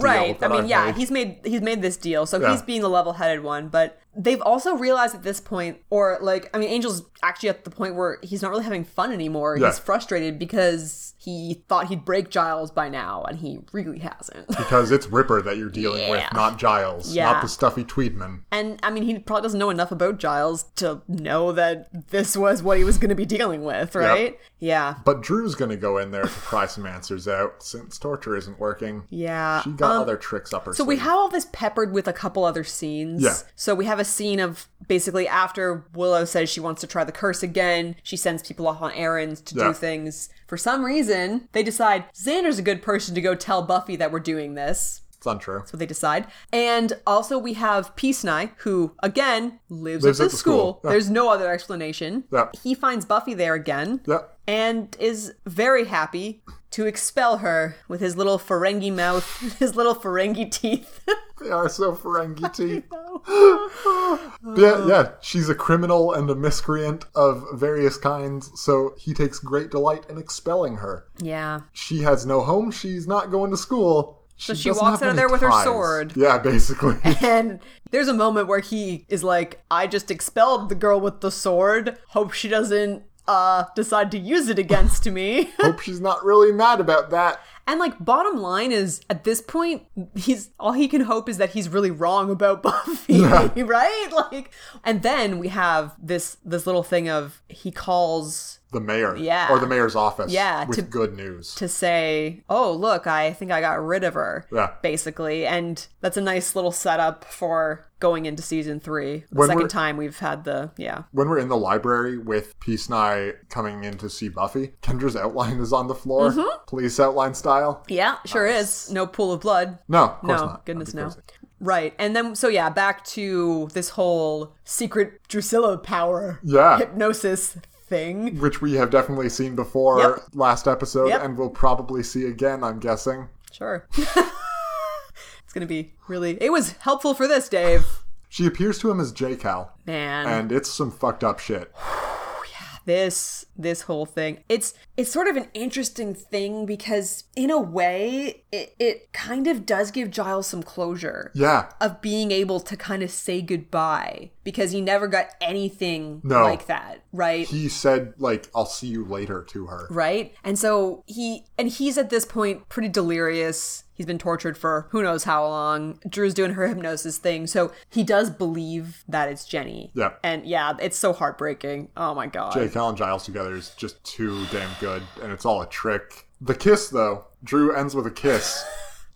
Right. I
that
mean,
I've
yeah,
made."
he's made he's made this deal, so
Yeah.
he's being the level-headed one. But they've also realized at this point, or like, I mean, Angel's actually at the point where he's not really having fun anymore.
Yeah.
He's frustrated because he thought he'd break Giles by now, and he really hasn't.
because it's Ripper that you're dealing with, not Giles,
Yeah.
not the stuffy Tweedman.
And I mean, he probably doesn't know enough about Giles to know that this was what he was going to be dealing with, right? Yeah.
But Drew's gonna go in there to pry some answers out since torture isn't working.
Yeah. Um,
She got other tricks up her
So we
sleeve.
have all this peppered with a couple other scenes.
Yeah.
So we have a scene of basically after Willow says she wants to try the curse again, she sends people off on errands to
Yeah.
do things. For some reason, they decide Xander's a good person to go tell Buffy that we're doing this.
It's untrue.
what they decide. And also we have Peace Nye, who again lives,
Lives
at
at
this
the
school.
school. Yeah.
There's no other explanation.
Yeah.
He finds Buffy there again
Yep.
and is very happy to expel her with his little Ferengi mouth, his little Ferengi teeth.
They are so Ferengi teeth. yeah, yeah. She's a criminal and a miscreant of various kinds, so he takes great delight in expelling her.
yeah.
She has no home, she's not going to school. So
she walks out of there with her sword.
Yeah, basically.
And there's a moment where he is like, I just expelled the girl with the sword. Hope she doesn't uh decide to use it against me.
Hope she's not really mad about that.
And like bottom line is at this point he's all he can hope is that he's really wrong about Buffy, right? Like and then we have this this little thing of he calls
The mayor.
Yeah.
Or the mayor's office.
Yeah,
With
to-
good news.
to say, "Oh, look, I think I got rid of her."
Yeah.
Basically, and that's a nice little setup for going into season 3. The
When
second
we're-
time we've had the yeah.
when we're in the library with Peace Nye coming in to see Buffy, Kendra's outline is on the floor,
Mm-hmm.
police outline style.
Yeah, sure is. No pool of blood.
No, of course
No,
not. That'd
goodness,
be
no.
crazy.
Right. And then, so yeah, back to this whole secret Drusilla power
Yeah.
hypnosis thing.
which we have definitely seen before
Yep.
last episode
Yep.
and will probably see again, I'm guessing.
Sure. it's going to be really. It was helpful for this, Dave.
She appears to him as J Cal,
Man.
and it's some fucked up shit.
this this whole thing it's it's sort of an interesting thing because in a way it, it kind of does give giles some closure
Yeah.
of being able to kind of say goodbye because he never got anything
No.
like that right
He said, like, I'll see you later to her.
right and so he and he's at this point pretty delirious he's been tortured for who knows how long drew's doing her hypnosis thing so he does believe that it's jenny
Yeah.
and yeah it's so heartbreaking oh my god
Jake Allen and Giles together is just too damn good, and it's all a trick. The kiss, though, Drew ends with a kiss,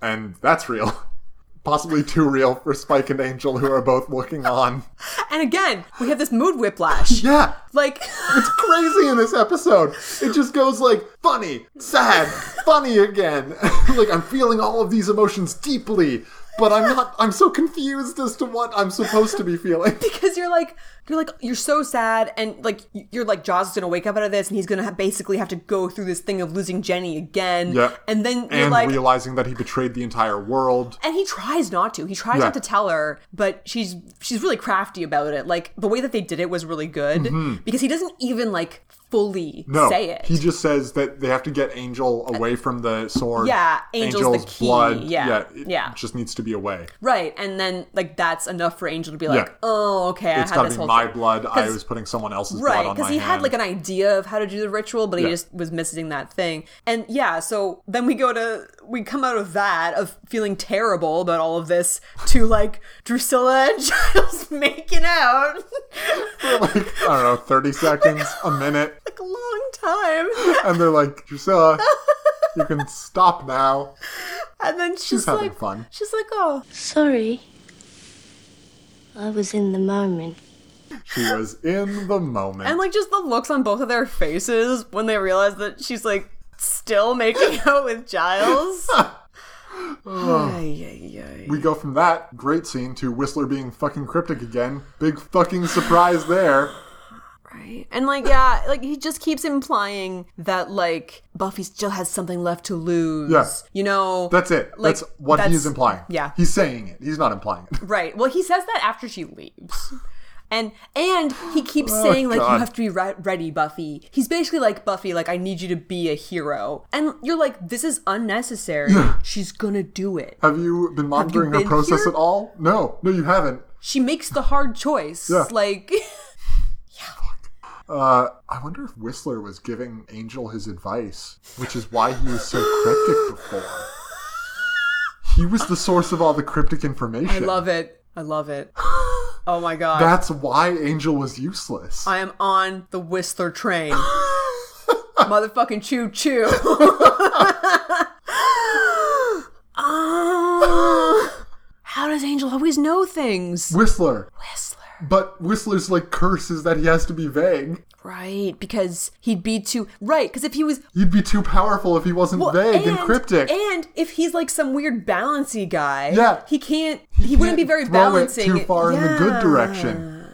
and that's real. Possibly too real for Spike and Angel, who are both looking on.
and again we have this mood whiplash
Yeah,
like
it's crazy in this episode. It just goes like funny, sad, funny again. like I'm feeling all of these emotions deeply, but I'm not. I'm so confused as to what I'm supposed to be feeling.
because you're like you're like you're so sad and like you're like Jaws is gonna wake up out of this and he's gonna ha- basically have to go through this thing of losing Jenny again.
Yeah.
And then you're
And
like
realizing that he betrayed the entire world.
and he tries not to. He tries
Yeah.
not to tell her, but she's she's really crafty about it. Like the way that they did it was really good because he doesn't even like fully
Mm-hmm. No,
say it.
he just says that they have to get Angel away from the sword.
Yeah, Angel's the key, yeah,
it
yeah.
just needs to be away.
right. And then like that's enough for Angel to be like,
Yeah.
"Oh, okay,
It's
I had
got
this
to be
whole
my
thing."
blood. I
'Cause-
was putting someone else's blood
right
on my
because he had
hand.
like an idea of how to do the ritual but he
Yeah.
just was missing that thing and yeah so then we go to we come out of that of feeling terrible about all of this to like drusilla and giles making out
like, I don't know, thirty seconds, a minute,
like a long time
and they're like, Drusilla, you can stop now.
and then she's,
She's having
like
fun.
she's like oh
Sorry. I was in the moment.
She was in the moment.
and like just the looks on both of their faces when they realize that she's like still making out with giles Ay, ay, ay.
we go from that great scene to Whistler being fucking cryptic again. Big fucking surprise there.
Right. And like, yeah, like he just keeps implying that like Buffy still has something left to lose.
Yeah.
You know.
That's it.
Like,
that's what he
that's-
is implying.
yeah.
He's saying it. He's not implying it.
Right. Well, he says that after she leaves. And and he keeps saying like you
Oh, God.
have to be re- ready, Buffy. He's basically like Buffy, like I need you to be a hero. And you're like, this is unnecessary. She's gonna do it.
Have you been monitoring
been
her process
here?
at all? No, no, you haven't.
She makes the hard choice.
Yeah.
Like,
Uh, I wonder if Whistler was giving Angel his advice, which is why he was so cryptic before. He was the source of all the cryptic
I
information.
love it. I love it. Oh my god.
That's why Angel was useless.
I am on the Whistler train. Motherfucking choo choo. Ah. how does Angel always know things?
Whistler. Whistler. But Whistler's like curse is that he has to be vague.
Right, because he'd be too. Right, because if he was.
He'd be too powerful if he wasn't vague and, cryptic.
And if he's like some weird balancy guy,
Yeah.
he can't. He, wouldn't
can't
be very
throw
balancing.
It too far in the good
Yeah.
direction.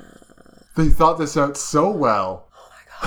They thought this out so well.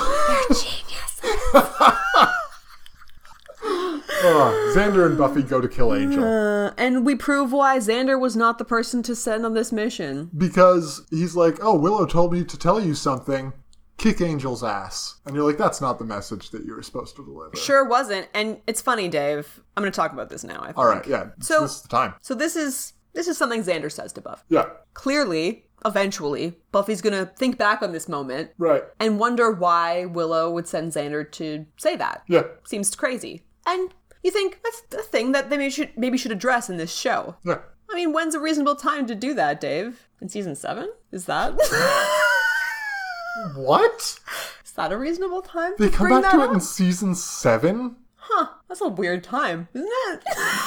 Oh, Xander and Buffy go to kill Angel
And we prove why Xander was not the person to send on this mission.
because he's like, "Oh, Willow told me to tell you something. Kick Angel's ass." And you're like, "That's not the message that you were supposed to deliver."
Sure wasn't. And it's funny, Dave. I'm going to talk about this now. I think.
All right, yeah.
So-
So this is the time.
So this is this is something Xander says to Buffy.
Yeah.
Clearly, eventually, Buffy's gonna think back on this moment
Right.
and wonder why Willow would send Xander to say that.
Yeah.
Seems crazy. And you think that's a thing that they maybe should maybe should address in this show.
Yeah.
I mean, when's a reasonable time to do that, Dave? In season seven? Is that
What?
is that a reasonable time?
They
to
come
bring
back to
that
it in
up?
season seven.
Huh? That's a weird time, isn't it?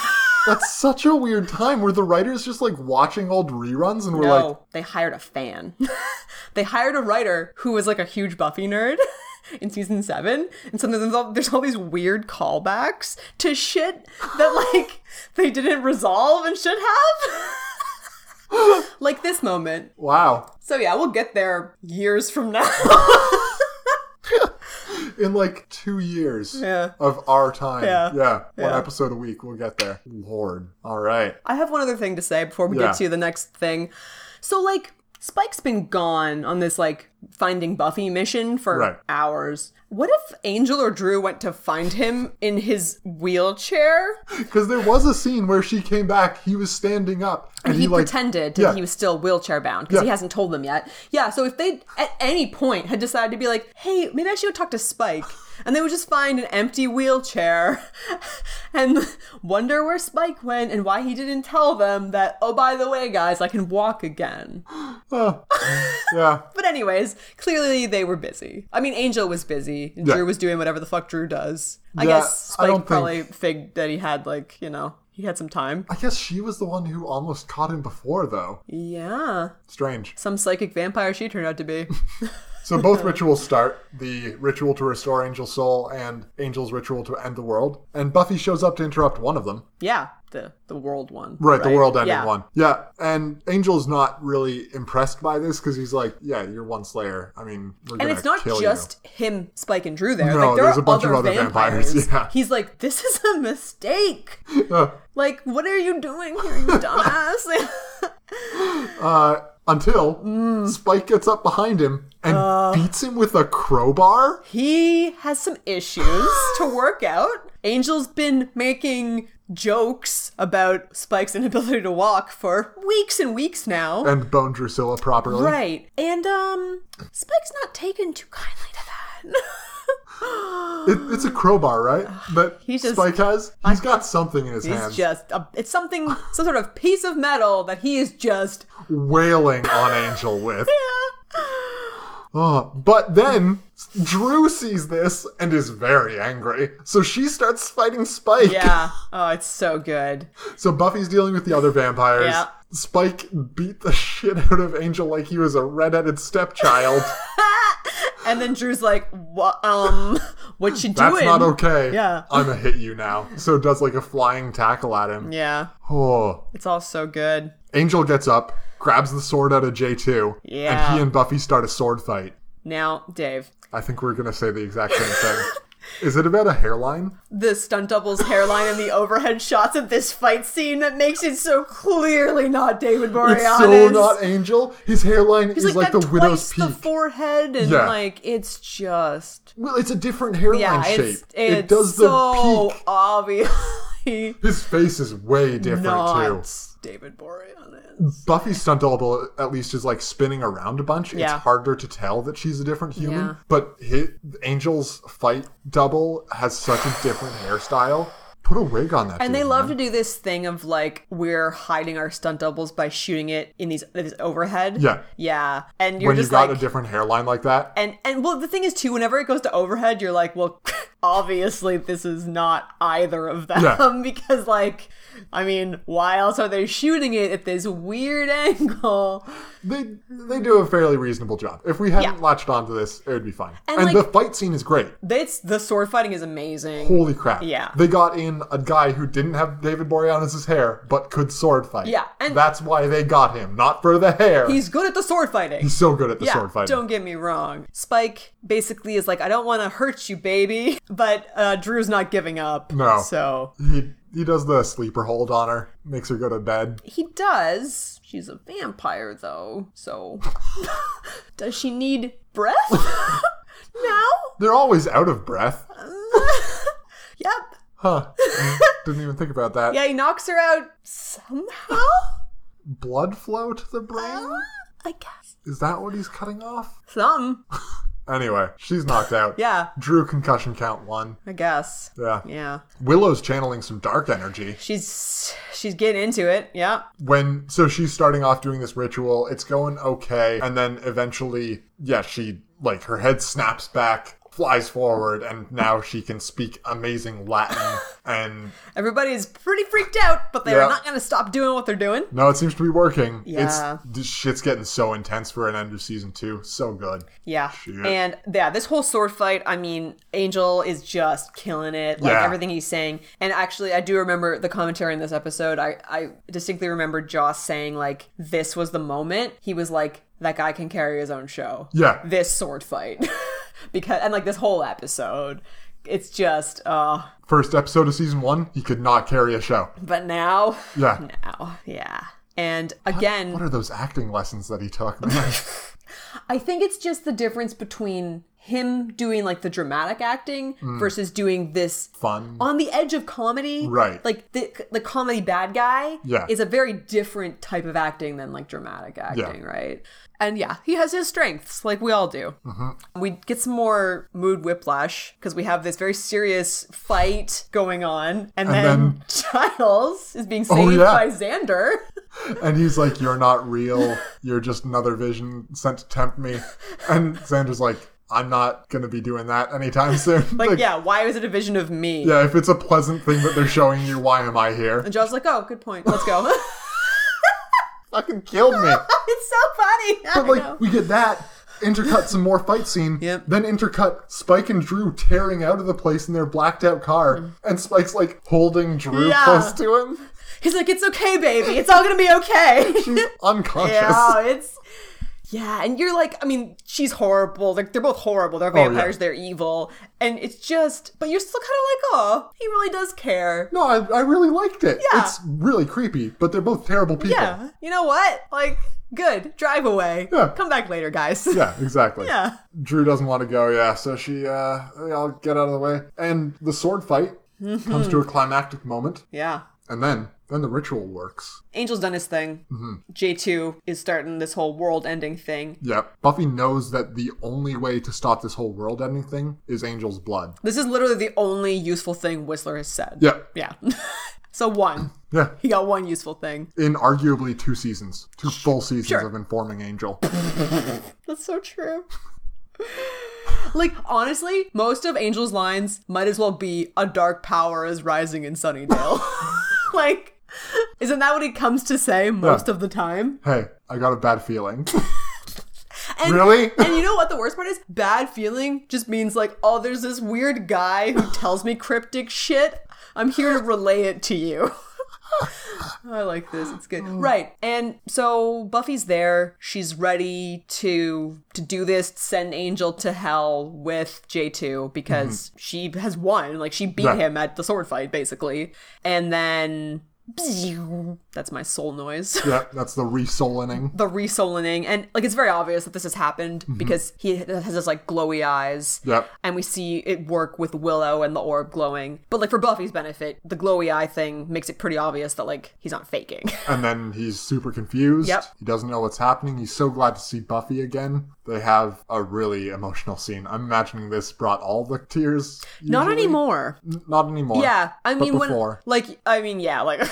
That's such a weird time where the writers just like watching old reruns and we're
No,
like,
they hired a fan. they hired a writer who was like a huge Buffy nerd in season seven, and so there's all, there's all these weird callbacks to shit that like they didn't resolve and should have. like this moment.
"Wow."
So yeah, we'll get there years from now.
in like two years
Yeah.
of our time.
Yeah.
One
Yeah.
episode a week. We'll get there. Lord. All right.
I have one other thing to say before we
Yeah.
get to the next thing. So like Spike's been gone on this like finding Buffy mission for
Right.
hours. What if Angel or Drew went to find him in his wheelchair?
Because there was a scene where she came back, he was standing up, and
he,
he, like
pretended that
yeah.
he was still wheelchair bound because he
Yeah.
hasn't told them yet. Yeah, so if they at any point had decided to be like, hey, maybe I should go talk to Spike, and they would just find an empty wheelchair and wonder where Spike went and why he didn't tell them that, oh, by the way, guys, I can walk again.
yeah.
But, anyways, clearly they were busy. I mean, Angel was busy, and
Yeah.
Drew was doing whatever the fuck Drew does. I
Yeah,
guess
I
Spike
don't think-
probably figged that he had, like, you know, he had some time.
I guess she was the one who almost caught him before, though.
Yeah.
Strange.
Some psychic vampire she turned out to be.
So both rituals start the ritual to restore Angel's soul and Angel's ritual to end the world. And Buffy shows up to interrupt one of them.
Yeah, the the world one.
Right, the world ending
Yeah.
one. Yeah, and Angel's not really impressed by this because he's like, "Yeah, you're one Slayer. I mean, we're
And
gonna
it's not
kill
just him, Spike, and Drew there.
No,
like, there
there's
are
a bunch of
other
other vampires, yeah.
He's like, this is a mistake.
you." Uh,
Like, what are you doing here, you dumbass?
Uh, until Spike gets up behind him and beats him with a crowbar.
he has some issues to work out. Angel's been making jokes about Spike's inability to walk for weeks and weeks now.
and bone Drusilla properly.
right. And um Spike's not taken too kindly to that.
It, it's a crowbar, right? But
He just-
Spike has. He's got something in his
He's
hands,
just a, it's something some sort of piece of metal that he is just
wailing on Angel with. Oh, but then Drew sees this and is very angry, so she starts fighting Spike.
yeah. Oh, it's so good.
So Buffy's dealing with the other vampires.
Yeah.
Spike beat the shit out of Angel like he was a redheaded stepchild.
And then Drew's like, "What? Um, what you doing?"
That's not okay.
Yeah.
I'm gonna hit you now. So does like a flying tackle at him.
Yeah,
Oh.
it's all so good.
Angel gets up, grabs the sword out of J2,
Yeah.
and he and Buffy start a sword fight.
Now, Dave,
I think we're going to say the exact same thing. Is it about a hairline?
the stunt double's hairline and the overhead shots of this fight scene that makes it so clearly not David Boreanaz.
It's so not Angel. His hairline
He's
is
like,
like,
got
the widow's
twice the
peak.
forehead, and
Yeah.
like it's just
well, it's a different hairline
yeah,
shape.
it's it's
it does
so
the peak.
obviously
His face is way different
not
too.
David Boreanaz.
Buffy's stunt double at least is like spinning around a bunch.
Yeah.
It's harder to tell that she's a different human.
Yeah.
But hi Angel's fight double has such a different hairstyle. Put a wig on that.
And
dude,
they love
man.
to do this thing of like we're hiding our stunt doubles by shooting it in these this overhead.
Yeah.
yeah. And you're
when you
just
got
like,
a different hairline like that.
and and well, the thing is too, whenever it goes to overhead, you're like, well, obviously this is not either of them
Yeah.
because like, I mean, why else are they shooting it at this weird angle?
They they do a fairly reasonable job. If we hadn't
Yeah.
latched onto this, it would be fine.
And,
And,
like-
the fight scene is great.
It's the sword fighting is amazing.
Holy crap!
Yeah.
they got in a guy who didn't have David Boreanaz's hair, but could sword fight.
Yeah, and-
that's why they got him, not for the hair.
He's good at the sword fighting.
He's so good at the
yeah,
sword fighting.
Don't get me wrong. Spike basically is like, I don't want to hurt you, baby, but uh, Drew's not giving up.
No.
So
He he does the sleeper hold on her, makes her go to bed.
he does. She's a vampire, though. So does she need breath? no.
They're always out of breath.
Yep.
Huh? Didn't even think about that.
Yeah, he knocks her out somehow.
Blood flow to the brain.
Uh-huh. I guess.
Is that what he's cutting off?
Some.
Anyway, she's knocked out.
Yeah,
Drew concussion count one.
I guess.
Yeah.
Yeah.
Willow's channeling some dark energy.
She's she's getting into it. Yeah.
When so she's starting off doing this ritual, it's going okay, and then eventually, yeah, she like her head snaps back, flies forward, and now she can speak amazing Latin and
Everybody is pretty freaked out, but they're
Yeah.
not going to stop doing what they're doing.
No, it seems to be working.
Yeah.
It's this shit's getting so intense for an end of season two. So good.
Yeah.
Shit.
And yeah, this whole sword fight, I mean, Angel is just killing it. Like
Yeah.
everything he's saying. And actually, I do remember the commentary in this episode. I, I distinctly remember Joss saying, like, this was the moment. He was like, that guy can carry his own show.
Yeah.
This sword fight. because, and like this whole episode. It's just, uh,
First episode of season one, he could not carry a show.
but now,
Yeah.
now, yeah. And again, Mm.
What are those acting lessons that he took? Man?
I think it's just the difference between him doing like the dramatic acting
Mm.
versus doing this
Fun.
on the edge of comedy.
Right.
Like the the comedy bad guy
Yeah.
is a very different type of acting than like dramatic acting,
Yeah.
right? And yeah, he has his strengths, like we all do.
Mm-hmm.
We get some more mood whiplash because we have this very serious fight going on, and, then,
then- Oh,
Giles is being saved
yeah.
by Xander.
And he's like, You're not real. You're just another vision sent to tempt me. And Xander's like, I'm not going to be doing that anytime soon.
Like, yeah, why was it a vision of me?
Yeah, if it's a pleasant thing that they're showing you, why am I here?
And Giles is like, oh, good point. Let's go.
Fucking killed me.
it's so funny. I
But like,
know.
we get that. Intercut some more fight scene.
Yep.
Then intercut Spike and Drew tearing out of the place in their blacked out car. And Spike's like holding Drew
Mm. Yeah.
close to him.
He's like, it's okay, baby. It's all gonna be okay.
She's unconscious.
yeah, it's yeah, and you're like, I mean, she's horrible. Like they're both horrible. They're
Oh, yeah.
vampires. They're evil, and it's just. But you're still kind of like, oh, he really does care.
No, I, I really liked it.
Yeah.
It's really creepy, but they're both terrible people.
Yeah, you know what? Like, good. Drive away.
Yeah.
Come back later, guys.
Yeah, exactly.
Yeah.
Drew doesn't want to go, yeah, so she, uh, I'll get out of the way. And the sword fight comes to a climactic moment,
Yeah.
and then, then the ritual works.
Angel's done his thing.
Mm-hmm.
J2 is starting this whole world ending thing.
Yeah, Buffy knows that the only way to stop this whole world ending thing is Angel's blood.
This is literally the only useful thing Whistler has said.
Yeah,
Yeah. so one.
yeah.
He got one useful thing.
In arguably two seasons, two full seasons
Sure.
of informing Angel.
That's so true. like, honestly, most of Angel's lines might as well be a dark power is rising in Sunnydale. like, isn't that what he comes to say most of the time?
hey, I got a bad feeling.
And,
Really?
and you know what the worst part is? Bad feeling just means like, oh, there's this weird guy who tells me cryptic shit. I'm here to relay it to you. I like this. It's good. Right. And so Buffy's there. She's ready to to do this, send Angel to hell with J2 because she has won. Like she beat
Right.
him at the sword fight basically. And then that's my soul noise
yeah, that's the resolining.
the resolining and like it's very obvious that this has happened because he has this like glowy eyes
Mm-hmm. Yep.
and we see it work with willow and the orb glowing but like for buffy's benefit the glowy eye thing makes it pretty obvious that like he's not faking
And then he's super confused.
Yep.
He doesn't know what's happening. He's so glad to see Buffy again. They have a really emotional scene. I'm imagining this brought all the tears.
not
usually.
anymore
N- Not anymore.
yeah i mean
but
when
before.
like i mean yeah like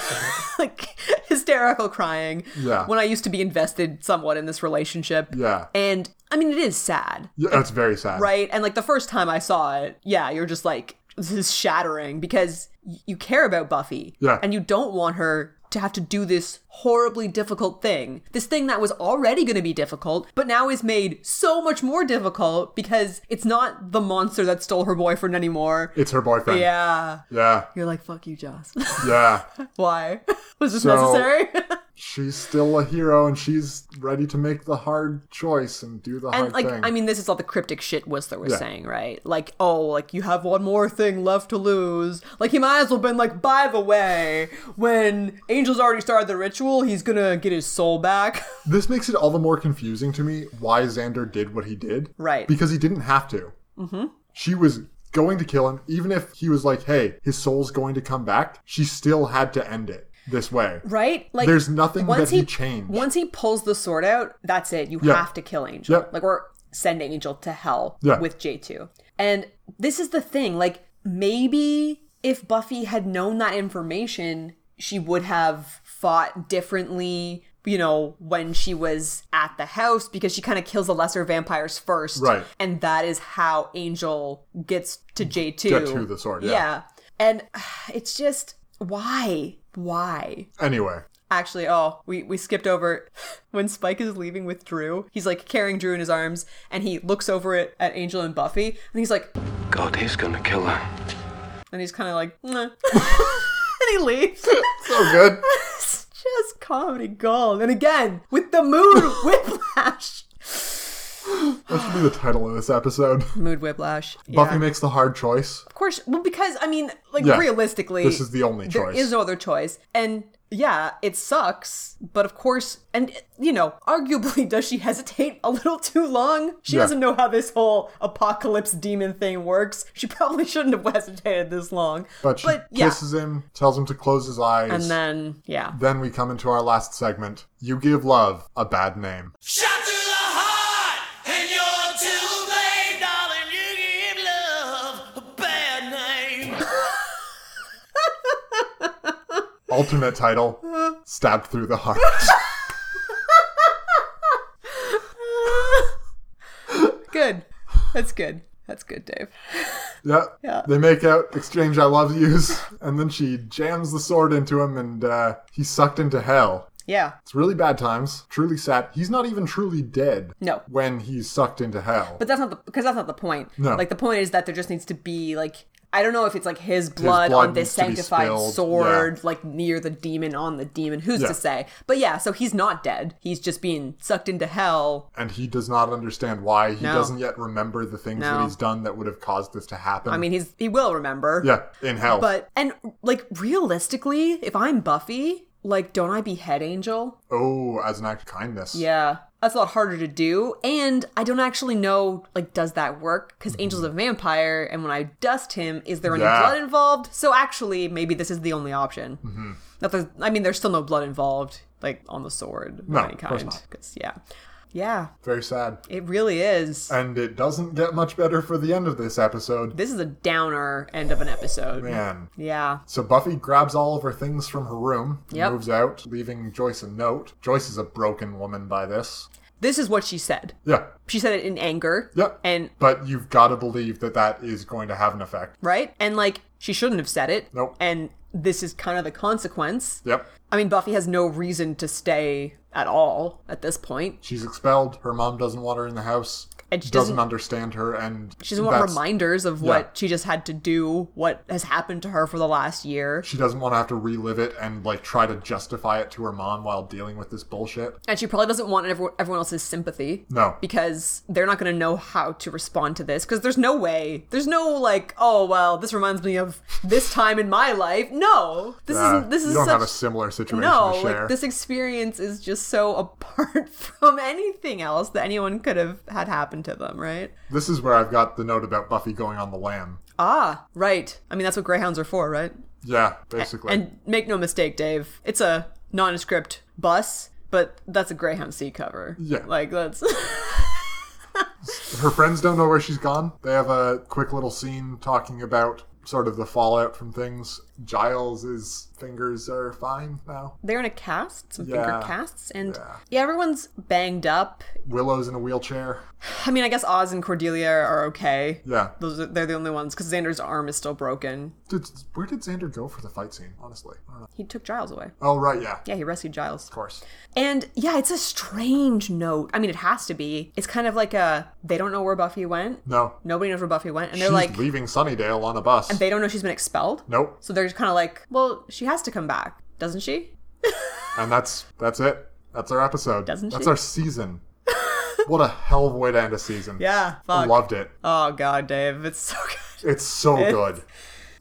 like hysterical crying
Yeah.
when i used to be invested somewhat in this relationship
Yeah.
and i mean it is sad
yeah, that's very sad.
right? And like the first time I saw it, yeah, you're just like, this is shattering because y- you care about Buffy.
Yeah.
And you don't want her to have to do this horribly difficult thing. This thing that was already going to be difficult, but now is made so much more difficult because it's not the monster that stole her boyfriend anymore.
It's her boyfriend.
Yeah.
Yeah.
You're like, fuck you, Joss.
Yeah.
Why? Was this
So-
necessary?
she's still a hero and she's ready to make the hard choice and do the
And
hard
like,
thing.
I mean, this is all the cryptic shit Whistler was
Yeah.
saying, right? Like, oh, like you have one more thing left to lose. Like he might as well been like, by the way, when Angel's already started the ritual, he's gonna get his soul back.
this makes it all the more confusing to me why Xander did what he did.
Right.
Because he didn't have to. Mm-hmm. She was going to kill him, even if he was like, "Hey, his soul's going to come back." She still had to end it this way.
right? Like,
There's nothing that he changed.
Once he pulls the sword out, that's it. You
Yeah.
have to kill Angel.
Yeah.
Like, or send Angel to hell
Yeah.
with J two. And this is the thing. Like, maybe if Buffy had known that information, she would have fought differently. You know, when she was at the house, because she kind of kills the lesser vampires first,
Right.
And that is how Angel gets to J two.
Get to the sword, yeah.
And it's just why, why?
Anyway,
Actually, oh, we, we skipped over when Spike is leaving with Drew. He's like carrying Drew in his arms, and he looks over at, at Angel and Buffy, and he's like,
God, he's gonna kill her.
and he's kind of like, "Nah." and he leaves.
so good.
it's just comedy gold. And again, with the mood whiplash.
that should be the title of this episode.
Mood whiplash.
Buffy
yeah.
makes the hard choice.
Of course, well, because I mean, like
Yeah.
realistically,
This is the only
There
choice.
is no other choice. And yeah, it sucks, but of course, and you know, arguably, does she hesitate a little too long? She
Yeah.
doesn't know how this whole apocalypse demon thing works. She probably shouldn't have hesitated this long.
But she
yeah,
kisses him, tells him to close his eyes.
and then yeah,
Then we come into our last segment. You give love a bad name.
Shot to the heart, and you're too late, darling. You give love a bad name.
Alternate title Stabbed Through the Heart.
good. That's good. That's good, Dave.
yeah.
Yeah.
They make out, exchange I love yous, and then she jams the sword into him and uh, he's sucked into hell.
Yeah.
It's really bad times, truly sad. He's not even truly dead
No.
when he's sucked into hell.
But that's not the because that's not the point.
No.
Like the point is that there just needs to be like I don't know if it's like his blood,
blood
on this
needs to be
sanctified
spilled,
sword, like near the demon on the demon. Who's
Yeah.
to say? But yeah, so he's not dead. He's just being sucked into hell.
and he does not understand why. He
No.
doesn't yet remember the things
No.
that he's done that would have caused this to happen.
I mean, he's he will remember.
yeah, in hell.
But and like realistically, if I'm Buffy, like don't I behead Angel?
oh, as an act of kindness.
Yeah. That's a lot harder to do. And I don't actually know, like, does that work? Because Angel's a vampire, and when I dust him, is there any
Mm-hmm. Yeah.
blood involved? So actually, maybe this is the only option. Mm-hmm. I mean, there's still no blood involved, like, on the sword of
No,
any
of course
kind.
not.
Because, yeah. Yeah,
Very sad.
it really is.
And it doesn't get much better for the end of this episode.
this is a downer end of an episode.
Man.
Yeah.
So Buffy grabs all of her things from her room, and
Yep.
moves out, leaving Joyce a note. Joyce is a broken woman by this.
This is what she said.
Yeah.
She said it in anger.
Yeah.
And,
But you've got to believe that that is going to have an effect.
right? And, like, she shouldn't have said it.
Nope.
And this is kind of the consequence.
Yep.
I mean, Buffy has no reason to stay at all at this point.
She's expelled. Her mom doesn't want her in the house.
And she
doesn't,
doesn't-
understand her. And
She doesn't want
that's-
reminders of
Yeah.
what she just had to do, what has happened to her for the last year.
She doesn't want to have to relive it and like try to justify it to her mom while dealing with this bullshit.
And she probably doesn't want everyone, everyone else's sympathy.
No.
Because they're not going to know how to respond to this. Because there's no way. There's no, like, oh, well, this reminds me of this time in my life. No. This
Uh,
isn't, this
you
is
don't
such.
have a similar situation
no,
to share.
like this experience is just so apart from anything else that anyone could have had happen to them, right?
This is where I've got the note about Buffy going on the lamb.
Ah, right. I mean, that's what greyhounds are for, right?
Yeah, basically.
And make no mistake, Dave, it's a nondescript bus, but that's a greyhound sea cover.
Yeah.
Like, that's.
her friends don't know where she's gone. They have a quick little scene talking about sort of the fallout from things. Giles's fingers are fine now.
They're in a cast, some
Yeah.
finger casts, and yeah. everyone's banged up.
Willow's in a wheelchair.
I mean, I guess Oz and Cordelia are okay.
Yeah.
Those are, they're the only ones, because Xander's arm is still broken.
Dude, where did Xander go for the fight scene, honestly? I don't know.
He took Giles away.
Oh, right, yeah.
Yeah, he rescued Giles.
Of course.
And yeah, it's a strange note. I mean, it has to be. It's kind of like a they don't know where Buffy went.
No.
Nobody knows where Buffy went. And they're
she's
like,
leaving Sunnydale on a bus.
they don't know she's been expelled.
nope.
So they're just kind of like, well, she has to come back, doesn't she?
And that's that's it. That's our episode.
Doesn't
that's
she?
our season. what a hell of a way to end a season.
Yeah,
I
fuck.
loved it.
oh god, Dave, it's so good.
It's so good.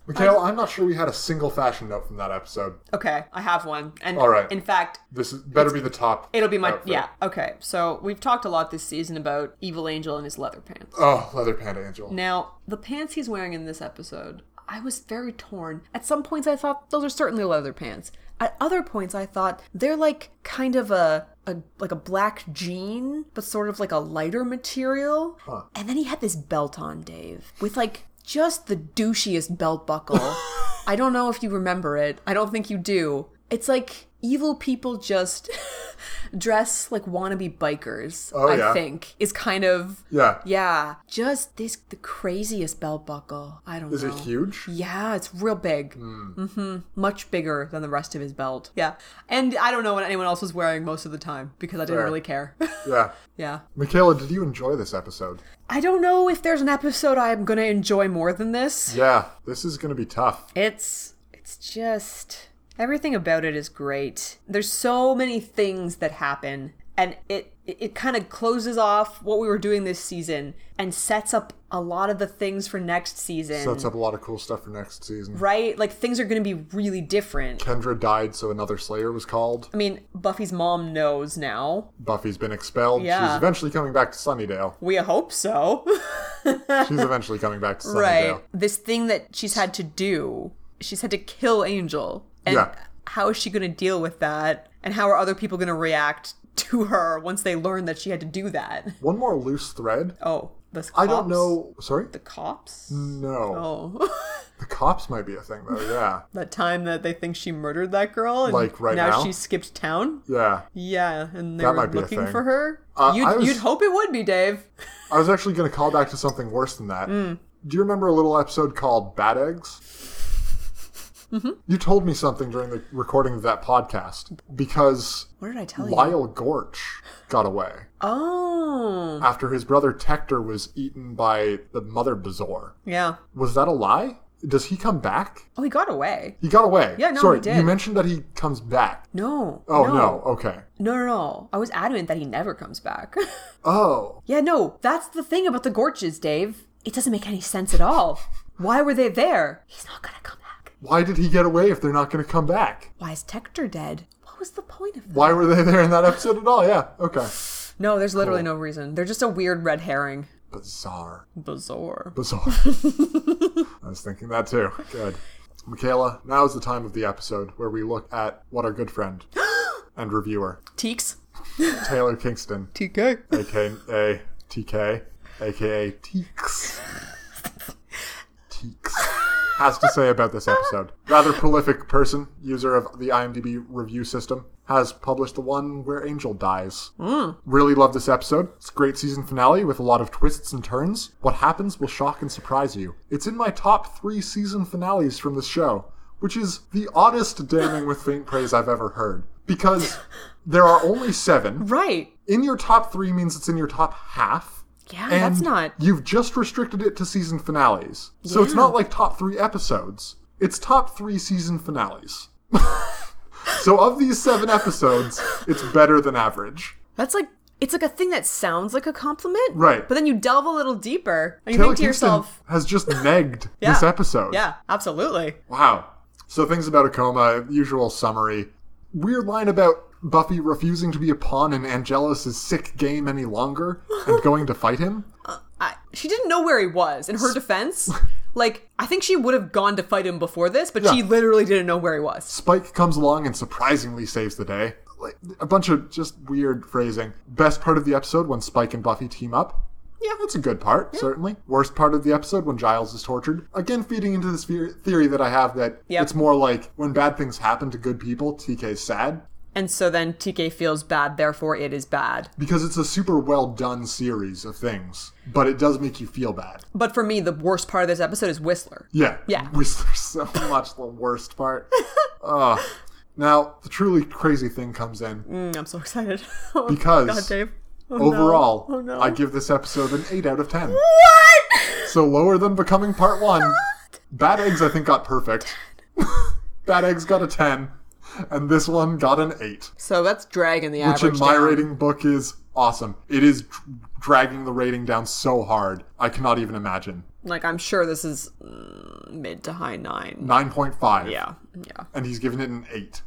Mikhail, I'm not sure we had a single fashion note from that episode.
Okay, I have one. And
All right.
in fact,
This is, better be the top.
it'll be my
outfit.
yeah. Okay, so we've talked a lot this season about Evil Angel and his leather pants.
Oh, leather panda angel.
Now, the pants he's wearing in this episode, I was very torn. At some points, I thought those are certainly leather pants. At other points, I thought they're like kind of a, a like a black jean, but sort of like a lighter material. And then he had this belt on, Dave, with like just the douchiest belt buckle. I don't know if you remember it. I don't think you do. It's like evil people just dress like wannabe bikers.
Oh,
I
yeah.
think is kind of
Yeah.
yeah, just this the craziest belt buckle. I don't
Is
know.
it huge?
Yeah, it's real big. Mm. hmm Much bigger than the rest of his belt. Yeah, and I don't know what anyone else was wearing most of the time because I didn't
Fair.
really care.
Yeah.
yeah,
Michaela, did you enjoy this episode?
I don't know if there's an episode I'm gonna enjoy more than this.
Yeah. This is going to be tough.
It's it's just everything about it is great. There's so many things that happen and it it, it kind of closes off what we were doing this season and sets up a lot of the things for next season.
Sets up a lot of cool stuff for next season.
right? Like things are going to be really different.
Kendra died, so another Slayer was called.
I mean, Buffy's mom knows now.
Buffy's been expelled.
Yeah.
She's eventually coming back to Sunnydale.
We hope so.
She's eventually coming back to Sunnydale.
right. This thing that she's had to do, she's had to kill Angel. And
Yeah.
how is she going to deal with that? And how are other people going to react to her once they learn that she had to do that?
One more loose thread.
Oh, the cops.
I don't know. Sorry?
The cops?
No.
Oh.
The cops might be a thing, though. Yeah.
that time that they think she murdered that girl and
Like, right now?
she skipped town?
Yeah.
Yeah, and they
That
were
might be a
looking
thing.
for her?
Uh,
you'd,
I was-
you'd hope it would be, Dave.
I was actually going to call back to something worse than that.
Mm.
Do you remember a little episode called Bad Eggs?
Mm-hmm.
You told me something during the recording of that podcast because
What did I tell you?
Lyle Gorch got away
Oh,
after his brother Tector was eaten by the Mother Bazaar.
yeah.
Was that a lie? Does he come back?
Oh, he got away.
He got away.
Yeah, no,
Sorry,
he did.
you mentioned that he comes back.
No.
Oh
no.
no. Okay.
No, no, no. I was adamant that he never comes back.
Oh,
yeah, no. That's the thing about the Gorges, Dave. It doesn't make any sense at all. Why were they there? He's not gonna come back.
why did he get away if they're not going to come back?
Why is Tector dead? What was the point of that?
Why were they there in that episode at all? Yeah. Okay.
No, there's literally no reason. They're just a weird red herring.
Bizarre.
Bizarre.
Bizarre. I was thinking that too. Good. Michaela, now is the time of the episode where we look at what our good friend and reviewer,
Teeks.
Taylor Kingston,
TK.
aka TK, aka Teeks. Teeks. Has to say about this episode. Rather prolific person, user of the IMDb review system, has published the one where Angel dies. Really love this episode. It's a great season finale with a lot of twists and turns. What happens will shock and surprise you. It's in my top three season finales from this show, which is the oddest damning with faint praise I've ever heard. Because there are only seven
Right.
in your top three means it's in your top half.
Yeah, Ah, that's not-
You've just restricted it to season finales. So it's not like top three episodes. It's top three season finales. so of these seven episodes, it's better than average.
That's like it's like a thing that sounds like a compliment.
Right.
But then you delve a little deeper and you
Taylor
think to
Kingston
yourself,
has just negged
Yeah.
this episode.
Yeah, absolutely.
Wow. So things about Akoma, usual summary. Weird line about Buffy refusing to be a pawn in Angelus' sick game any longer and going to fight him.
I, she didn't know where he was in her defense like i think she would have gone to fight him before this but she
Yeah.
literally didn't know where he was
Spike comes along and surprisingly saves the day. Like a bunch of just weird phrasing. Best part of the episode when Spike and Buffy team up. Yeah, that's a good part, certainly. Worst part of the episode when Giles is tortured. Again, feeding into this fear- theory that I have that
Yep.
it's more like when bad things happen to good people, TK's sad.
and so then tk feels bad therefore it is bad
Because it's a super well done series of things, but it does make you feel bad.
but for me the worst part of this episode is whistler
Yeah.
Yeah.
Whistler's so much the worst part. Ugh. now, the truly crazy thing comes in.
Mm, i'm so excited Oh,
Because
god dave Oh, no.
Overall,
oh no
I give this episode an 8 out of 10.
what
So lower than Becoming Part 1. Bad Eggs, I think, got perfect. Bad Eggs got a 10. And this one got an 8.
so that's dragging the
Which
average
in my
down.
rating book is awesome. It is dr- dragging the rating down so hard. I cannot even imagine.
like i'm sure this is mm, mid to high nine
9.5.
yeah yeah
And he's giving it an 8.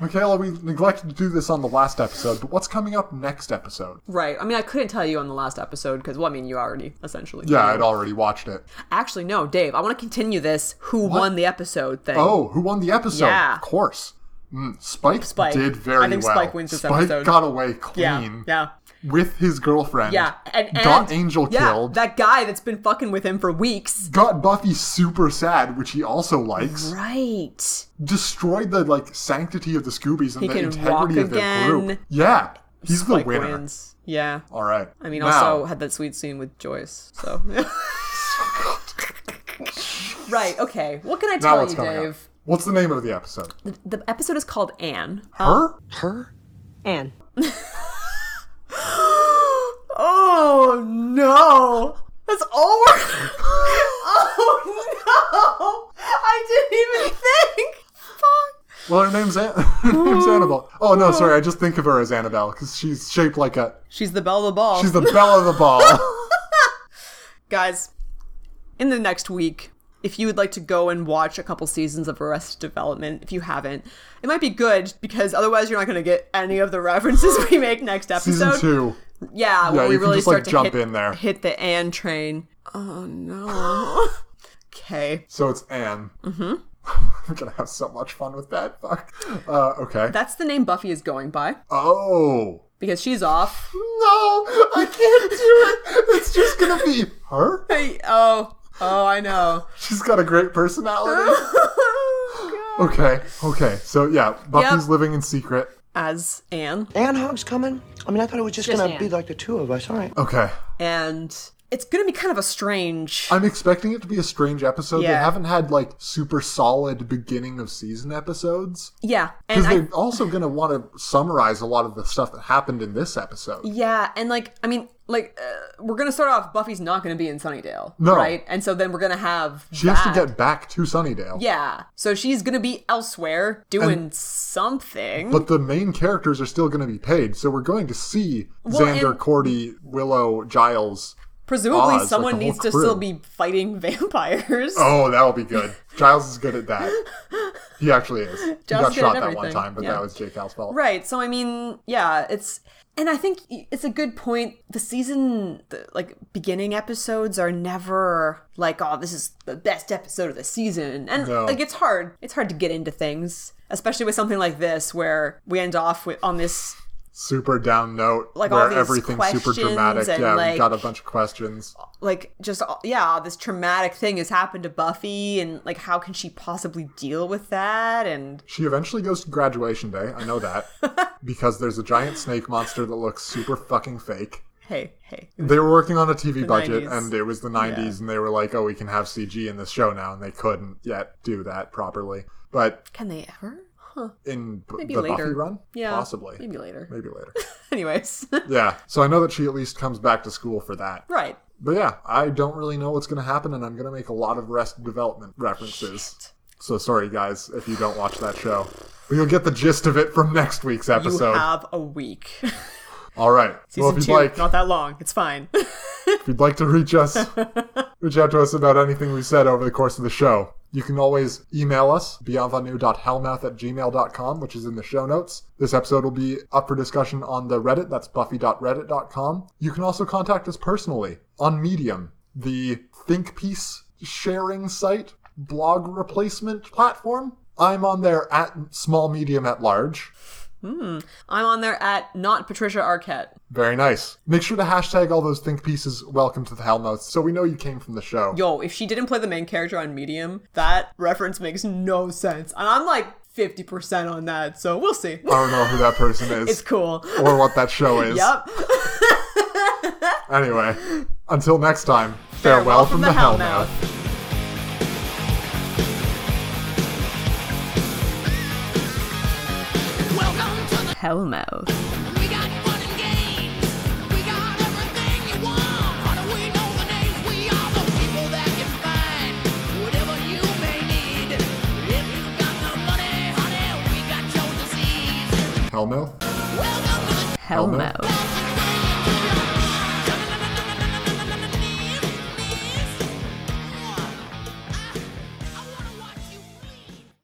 Michaela, we neglected to do this on the last episode, but what's coming up next episode?
right i mean i couldn't tell you on the last episode because well i mean you already essentially
Yeah,
knew.
I'd already watched it.
Actually, no, Dave. I want to continue this who won the episode thing.
Oh, who won the episode?
Yeah.
Of course. Mm, Spike,
Spike.
did very
I think
well.
Spike wins this
Spike
episode.
got away clean
yeah, yeah,
with his girlfriend.
yeah. And, and
got Angel
yeah,
killed.
That guy that's been fucking with him for weeks.
got Buffy super sad, which he also likes.
Mhm. Right.
Destroyed the like sanctity of the Scoobies and
He
the
can walk
integrity of their
again.
group. Yeah, he's
Spike
the winner.
wins. Yeah.
All right.
I mean,
Now-
also had that sweet scene with Joyce. So. right. Okay. What can I
now
tell
what's
you,
coming up?
Dave?
What's the name of the episode?
The episode is called Anne.
Her?
Her?
Anne.
Oh no! That's all we're. oh no! I didn't even think. Fuck.
Well, her name's, An- her name's Annabelle. Oh no, sorry, I just think of her as Annabelle because she's shaped like a.
She's the belle of the ball.
She's the belle of the ball.
Guys, in the next week, if you would like to go and watch a couple seasons of Arrested Development, if you haven't, it might be good because otherwise you're not going to get any of the references we make next episode.
Season two.
Yeah,
Yeah,
when we
you can
really
just,
start
like,
to
jump
hit,
in there.
hit the Anne train. Oh no. okay,
So it's Anne. Mm-hmm. I'm gonna have so much fun with that. Fuck. Uh, okay.
that's the name Buffy is going by
oh
because she's off.
no, I can't do it. It's just gonna be her.
Hey, oh, oh, I know.
She's got a great personality. Okay. Okay. So yeah, Buffy's
Yep.
living in secret.
As Anne,
Ann Hogg's coming? I mean, I thought it was just,
Just
gonna
Ann.
be like the two of us. All right.
Okay.
and it's gonna be kind of a strange.
I'm expecting it to be a strange episode. They
Yeah.
haven't had like super solid beginning of season episodes.
yeah, and
Because
I
they're also going to want to summarize a lot of the stuff that happened in this episode.
Yeah, and like I mean, like uh, we're gonna start off. Buffy's not gonna be in Sunnydale,
No.
right? And so then we're gonna have
She has to
that.
get back to Sunnydale.
yeah. So she's gonna be elsewhere doing something.
But the main characters are still going to be paid, so we're going to see Xander,
and-
Cordy, Willow, Giles.
Presumably,
Oz, like,
someone
the whole
needs to
crew.
still be fighting vampires.
Oh, that'll be good. Giles is good at that. He actually is. He got
Giles is good at
shot that one
everything.
time, but
Yeah.
that was Jake Hal's fault.
Right. So I mean, yeah, it's and I think it's a good point. The season the, like beginning episodes are never like, oh, this is the best episode of the season. And
No.
like it's hard. It's hard to get into things, especially with something like this where we end off with on this
Super down note,
Like, all
where
these
everything's super
questions
dramatic.
and,
Yeah,
like-
we got a bunch of questions.
like just uh, yeah, this traumatic thing has happened to Buffy and like how can she possibly deal with that and
She eventually goes to graduation day. I know that because there's a giant snake monster that looks super fucking fake.
hey, hey.
They were working on a TV budget,
90s.
and it was the 90s, and they were like, "Oh, we can have CG in this show now," and they couldn't yet do that properly. But
Can they ever? Huh.
in b-
Maybe
the
later.
Buffy run,
Yeah.
possibly,
Maybe later.
maybe later.
Anyways.
yeah. So I know that she at least comes back to school for that.
right.
But yeah, I don't really know what's going to happen, and I'm going to make a lot of rest development references. So sorry, guys, if you don't watch that show. But you'll get the gist of it from next week's
You
episode.
have a week.
All right. well,
Season
if you'd
two,
like,
not that long. It's fine.
if you'd like to reach us, reach out to us about anything we said over the course of the show. You can always email us, bienvenue.hellmouth at gmail.com, which is in the show notes. This episode will be up for discussion on the Reddit, that's buffy.reddit.com. You can also contact us personally on Medium, the think piece sharing site, blog replacement platform. I'm on there at small medium at large.
I'm on there at not Patricia Arquette.
Very nice. Make sure to hashtag all those think pieces welcome to the Hellmouth so we know you came from the show.
Yo, if she didn't play the main character on Medium, that reference makes no sense. And I'm like 50% on that, so we'll see.
I don't know who that person is
It's cool.
or what that show is.
Yep.
Anyway, until next time, farewell, from, the, Hellmouth.
Welcome to the
Hellmouth.
We got fun and games. We got everything you want. How do we know the names? We are the people that can find whatever you may need. If you got the money, honey, we got your disease.
Hellmouth?
Welcome to the
Hellmouth.
Hellmouth.